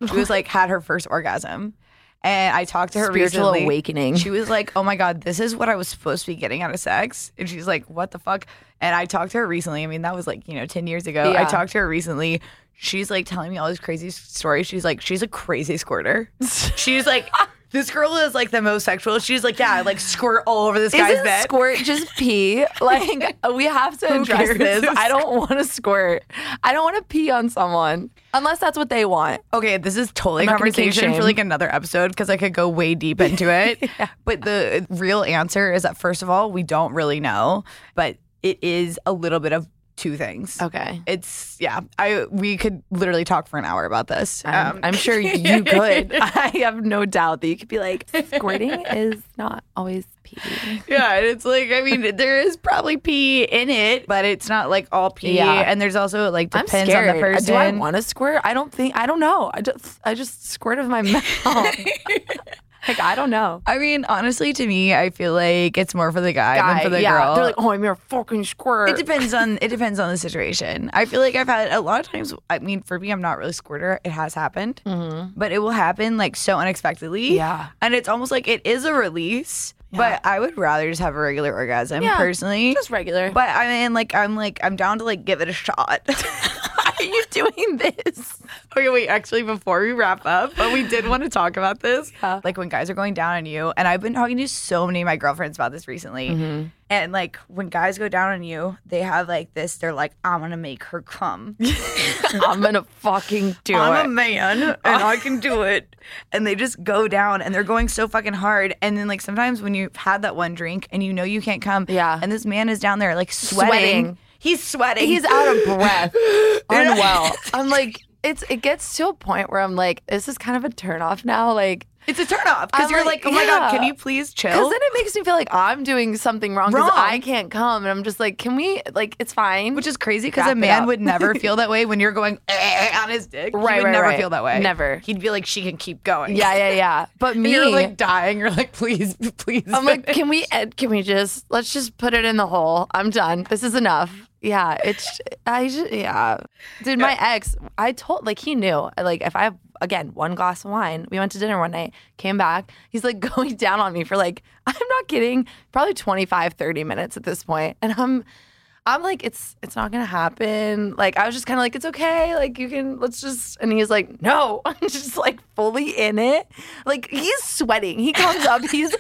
Speaker 3: She was like had her first orgasm, and I talked to her
Speaker 4: Spiritual
Speaker 3: recently. [LAUGHS]
Speaker 4: awakening.
Speaker 3: She was like, "Oh my god, this is what I was supposed to be getting out of sex," and she's like, "What the fuck?" And I talked to her recently. I mean, that was like you know ten years ago. I
Speaker 4: Yeah.
Speaker 3: talked to her recently. She's like telling me all these crazy s- stories. She's like, she's a crazy [LAUGHS] squirter. She's like, this girl is like the most sexual. She's like, yeah, I like squirt all over this guy's
Speaker 4: Isn't
Speaker 3: bed.
Speaker 4: squirt [LAUGHS] just pee? [LAUGHS] Like we have to
Speaker 3: Who
Speaker 4: address
Speaker 3: cares?
Speaker 4: this. [LAUGHS] I don't want to squirt. I don't want to pee on someone unless that's what they want.
Speaker 3: Okay, this is totally a
Speaker 4: I'm not gonna kink
Speaker 3: conversation for
Speaker 4: shame.
Speaker 3: like another episode because I could go way deep [LAUGHS] into it. But the real answer is that first of all, we don't really know, but it is a little bit of two things.
Speaker 4: Okay.
Speaker 3: It's yeah, I we could literally talk for an hour about this. Um,
Speaker 4: I'm, Um, I'm [LAUGHS] sure you could. I have no doubt that you could be like [LAUGHS] squirting is not always pee.
Speaker 3: yeah, and it's like I mean, there is probably pee in it, but it's not like all pee.
Speaker 4: Yeah.
Speaker 3: And there's also it, like
Speaker 4: I'm
Speaker 3: depends
Speaker 4: scared. Uh,
Speaker 3: on the person.
Speaker 4: Do I want to squirt? I don't think. I don't know. I just I just squirt with my mouth. [LAUGHS] like I don't know.
Speaker 3: I mean, honestly, to me, I feel like it's more for the guy, than for the
Speaker 4: yeah.
Speaker 3: girl.
Speaker 4: They're like, oh, I'm gonna fucking squirt.
Speaker 3: It depends on it depends on the situation. I feel like I've had a lot of times. I mean, for me, I'm not really a squirter. It has happened, but it will happen like so unexpectedly.
Speaker 4: Mm-hmm. Yeah.
Speaker 3: and it's almost like it is a release. But I would rather just have a regular orgasm
Speaker 4: Yeah,
Speaker 3: personally.
Speaker 4: Just regular.
Speaker 3: but I mean, like I'm like I'm down to like give it a [LAUGHS] shot.
Speaker 4: why are you doing this?
Speaker 3: okay, wait. Actually, before we wrap up, but we did want to talk about this. Like when guys are going down on you, and I've been talking to so many of my girlfriends about this recently. And like when guys go down on you, they have like this. They're like, "I'm gonna make her come.
Speaker 4: I'm gonna [LAUGHS] fucking do
Speaker 3: I'm a
Speaker 4: it.
Speaker 3: man,
Speaker 4: "Oh."
Speaker 3: and I can do it." And they just go down, and they're going so fucking hard. And then like sometimes when you've had that one drink, and you know you can't come,
Speaker 4: Yeah.
Speaker 3: And this man is down there like sweating.
Speaker 4: Sweating.
Speaker 3: He's sweating.
Speaker 4: He's out
Speaker 3: [LAUGHS]
Speaker 4: of breath, unwell. I'm like, it's it gets to a point where I'm like, this is kind of a turnoff now. Like,
Speaker 3: It's a turnoff because
Speaker 4: I'm
Speaker 3: you're like,
Speaker 4: like,
Speaker 3: "Oh my god,
Speaker 4: yeah.
Speaker 3: can you please chill?"
Speaker 4: because then it makes me feel like I'm doing something wrong
Speaker 3: Wrong.
Speaker 4: because I can't come, and I'm just like, can we? Like, it's fine.
Speaker 3: Which is crazy because
Speaker 4: Wrap
Speaker 3: a
Speaker 4: it
Speaker 3: man
Speaker 4: up.
Speaker 3: would never feel that way when you're going [LAUGHS] "Eh," on his dick.
Speaker 4: Right,
Speaker 3: he would
Speaker 4: right,
Speaker 3: never
Speaker 4: right.
Speaker 3: feel that way.
Speaker 4: Never.
Speaker 3: He'd be like, she can keep going.
Speaker 4: yeah, yeah, yeah. But
Speaker 3: And [LAUGHS]
Speaker 4: me,
Speaker 3: you're like dying. You're like, please, please.
Speaker 4: [LAUGHS] I'm like, can we? ed- Can we just let's just put it in the hole? I'm done. This is enough. Yeah, it's I just, yeah, dude. My ex, I told like he knew like if I again, one glass of wine. We went to dinner one night, came back. He's like [LAUGHS] going down on me for like, I'm not kidding, probably 25, 30 minutes at this point. And I'm, I'm like, it's it's not gonna happen. Like I was just kind of like, it's okay. Like you can let's just. And he's like, no, [LAUGHS] I'm just like fully in it. Like he's sweating. He comes up. He's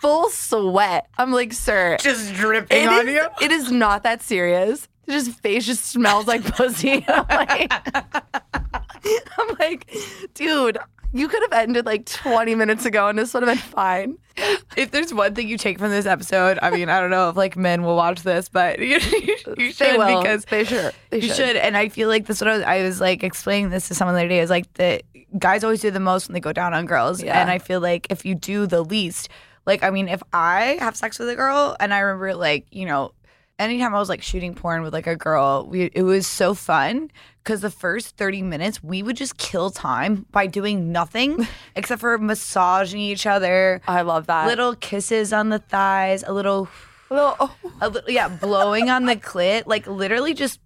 Speaker 4: full sweat. I'm like, sir,
Speaker 3: Just dripping on
Speaker 4: is-
Speaker 3: you.
Speaker 4: it is not that serious. His face just smells like pussy. [LAUGHS] I'm like, I'm like, dude, you could have ended like 20 minutes ago and this would have been fine.
Speaker 3: If there's one thing you take from this episode, I mean, I don't know if like men will watch this, but [LAUGHS] you, you should
Speaker 4: will.
Speaker 3: because
Speaker 4: They should. They
Speaker 3: you
Speaker 4: should.
Speaker 3: should. And I feel like this. What I was, I was like explaining this to someone the other day is like the guys always do the most when they go down on girls,
Speaker 4: Yeah.
Speaker 3: and I feel like if you do the least, like I mean, if I have sex with a girl, and I remember like you know. Anytime I was like shooting porn with like a girl, we, it was so fun because the first 30 minutes we would just kill time by doing
Speaker 4: [LAUGHS]
Speaker 3: nothing except for massaging each other,
Speaker 4: I love that.
Speaker 3: little kisses on the thighs, a little,
Speaker 4: little oh,
Speaker 3: a little, yeah, blowing on the clit, like literally just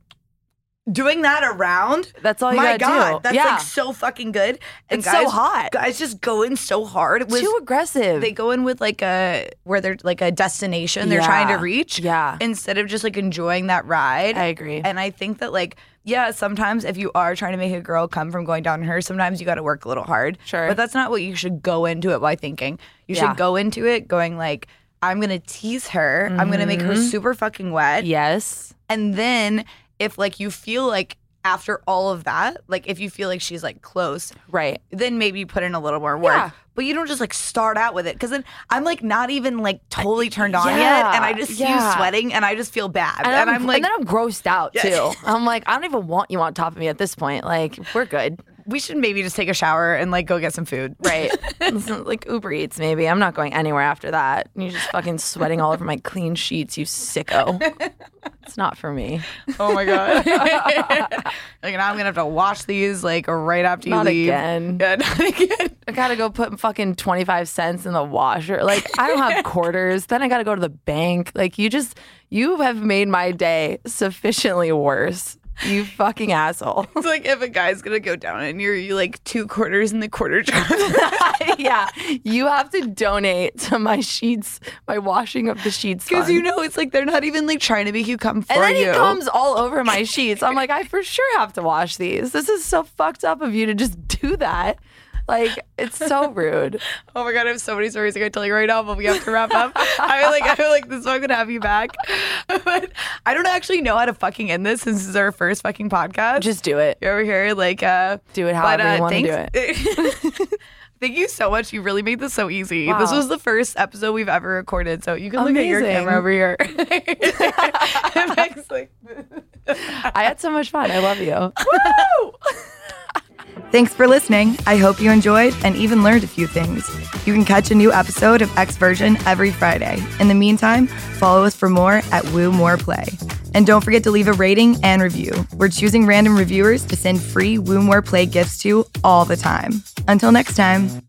Speaker 3: doing that around.
Speaker 4: That's all Oh, you
Speaker 3: My
Speaker 4: gotta
Speaker 3: God,
Speaker 4: do.
Speaker 3: that's
Speaker 4: Yeah.
Speaker 3: like so fucking good. And
Speaker 4: It's so hot.
Speaker 3: Guys just go in so hard. It was,
Speaker 4: too aggressive.
Speaker 3: they go in with like a where they're like a destination they're trying to
Speaker 4: Yeah.
Speaker 3: reach.
Speaker 4: Yeah.
Speaker 3: Instead of just like enjoying that ride.
Speaker 4: I agree.
Speaker 3: And I think that like yeah, sometimes if you are trying to make a girl come from going down on her, sometimes you got to work a little hard.
Speaker 4: Sure.
Speaker 3: But that's not what you should go into it by thinking. You
Speaker 4: Yeah.
Speaker 3: should go into it going like I'm going to tease her. I'm going to make her
Speaker 4: Mm-hmm.
Speaker 3: super fucking wet.
Speaker 4: yes.
Speaker 3: And then if like you feel like after all of that, like if you feel like she's like close,
Speaker 4: Right.
Speaker 3: then maybe put in a little more work.
Speaker 4: Yeah.
Speaker 3: But you don't just like start out with it because then I'm like not even like totally turned on
Speaker 4: Yeah,
Speaker 3: yet, and I just see
Speaker 4: yeah.
Speaker 3: you sweating, and I just feel bad,
Speaker 4: And, I'm,
Speaker 3: like,
Speaker 4: and then I'm grossed out too. I'm like, I don't even want you on top of me at this point. Like, we're good.
Speaker 3: we should maybe just take a shower and like go get some
Speaker 4: [LAUGHS]
Speaker 3: food,
Speaker 4: Right. like Uber Eats, maybe. I'm not going anywhere after that. And you're just fucking sweating all over my clean sheets, you sicko. it's not for me.
Speaker 3: oh my god! [LAUGHS] like now I'm gonna have to wash these like right after you
Speaker 4: Not
Speaker 3: leave.
Speaker 4: again.
Speaker 3: Yeah, [LAUGHS] not again.
Speaker 4: I gotta go put fucking 25 cents in the washer. Like, I don't
Speaker 3: [LAUGHS]
Speaker 4: have quarters. then I gotta go to the bank. Like, you just, you have made my day sufficiently worse. You fucking asshole.
Speaker 3: [LAUGHS]
Speaker 4: [LAUGHS]
Speaker 3: It's like if a guy's gonna go down and you're you like two quarters in the quarter jar.
Speaker 4: yeah. You have to donate to my sheets, my washing of the sheets.
Speaker 3: [LAUGHS] Because
Speaker 4: fund.
Speaker 3: you know, it's like they're not even like trying to make you come for
Speaker 4: And then
Speaker 3: you.
Speaker 4: he comes all over my sheets. I'm like, I for sure have to wash these. This is so fucked up of you to just [LAUGHS] do that. Like, it's
Speaker 3: [LAUGHS]
Speaker 4: so rude.
Speaker 3: Oh my god, I have so many stories I gotta tell you right now, but we have to wrap up. I feel like I feel like this one could have you back. [LAUGHS] But I don't actually know how to fucking end this since this is our first fucking podcast.
Speaker 4: Just do it.
Speaker 3: you're over here like uh
Speaker 4: Do it however you wanna do
Speaker 3: it. [LAUGHS] Thank you so much. You really made this so easy. This
Speaker 4: Wow.
Speaker 3: was the first episode we've ever recorded, so you can look at your
Speaker 4: Amazing.
Speaker 3: camera over here. [LAUGHS] Mike's like,
Speaker 4: I had so much fun. I love you.
Speaker 2: Thanks for listening. I hope you enjoyed and even learned a few things. You can catch a new episode of X Version every Friday. In the meantime, follow us for more at Woo More Play. And don't forget to leave a rating and review. We're choosing random reviewers to send free Woo More Play gifts to all the time. Until next time.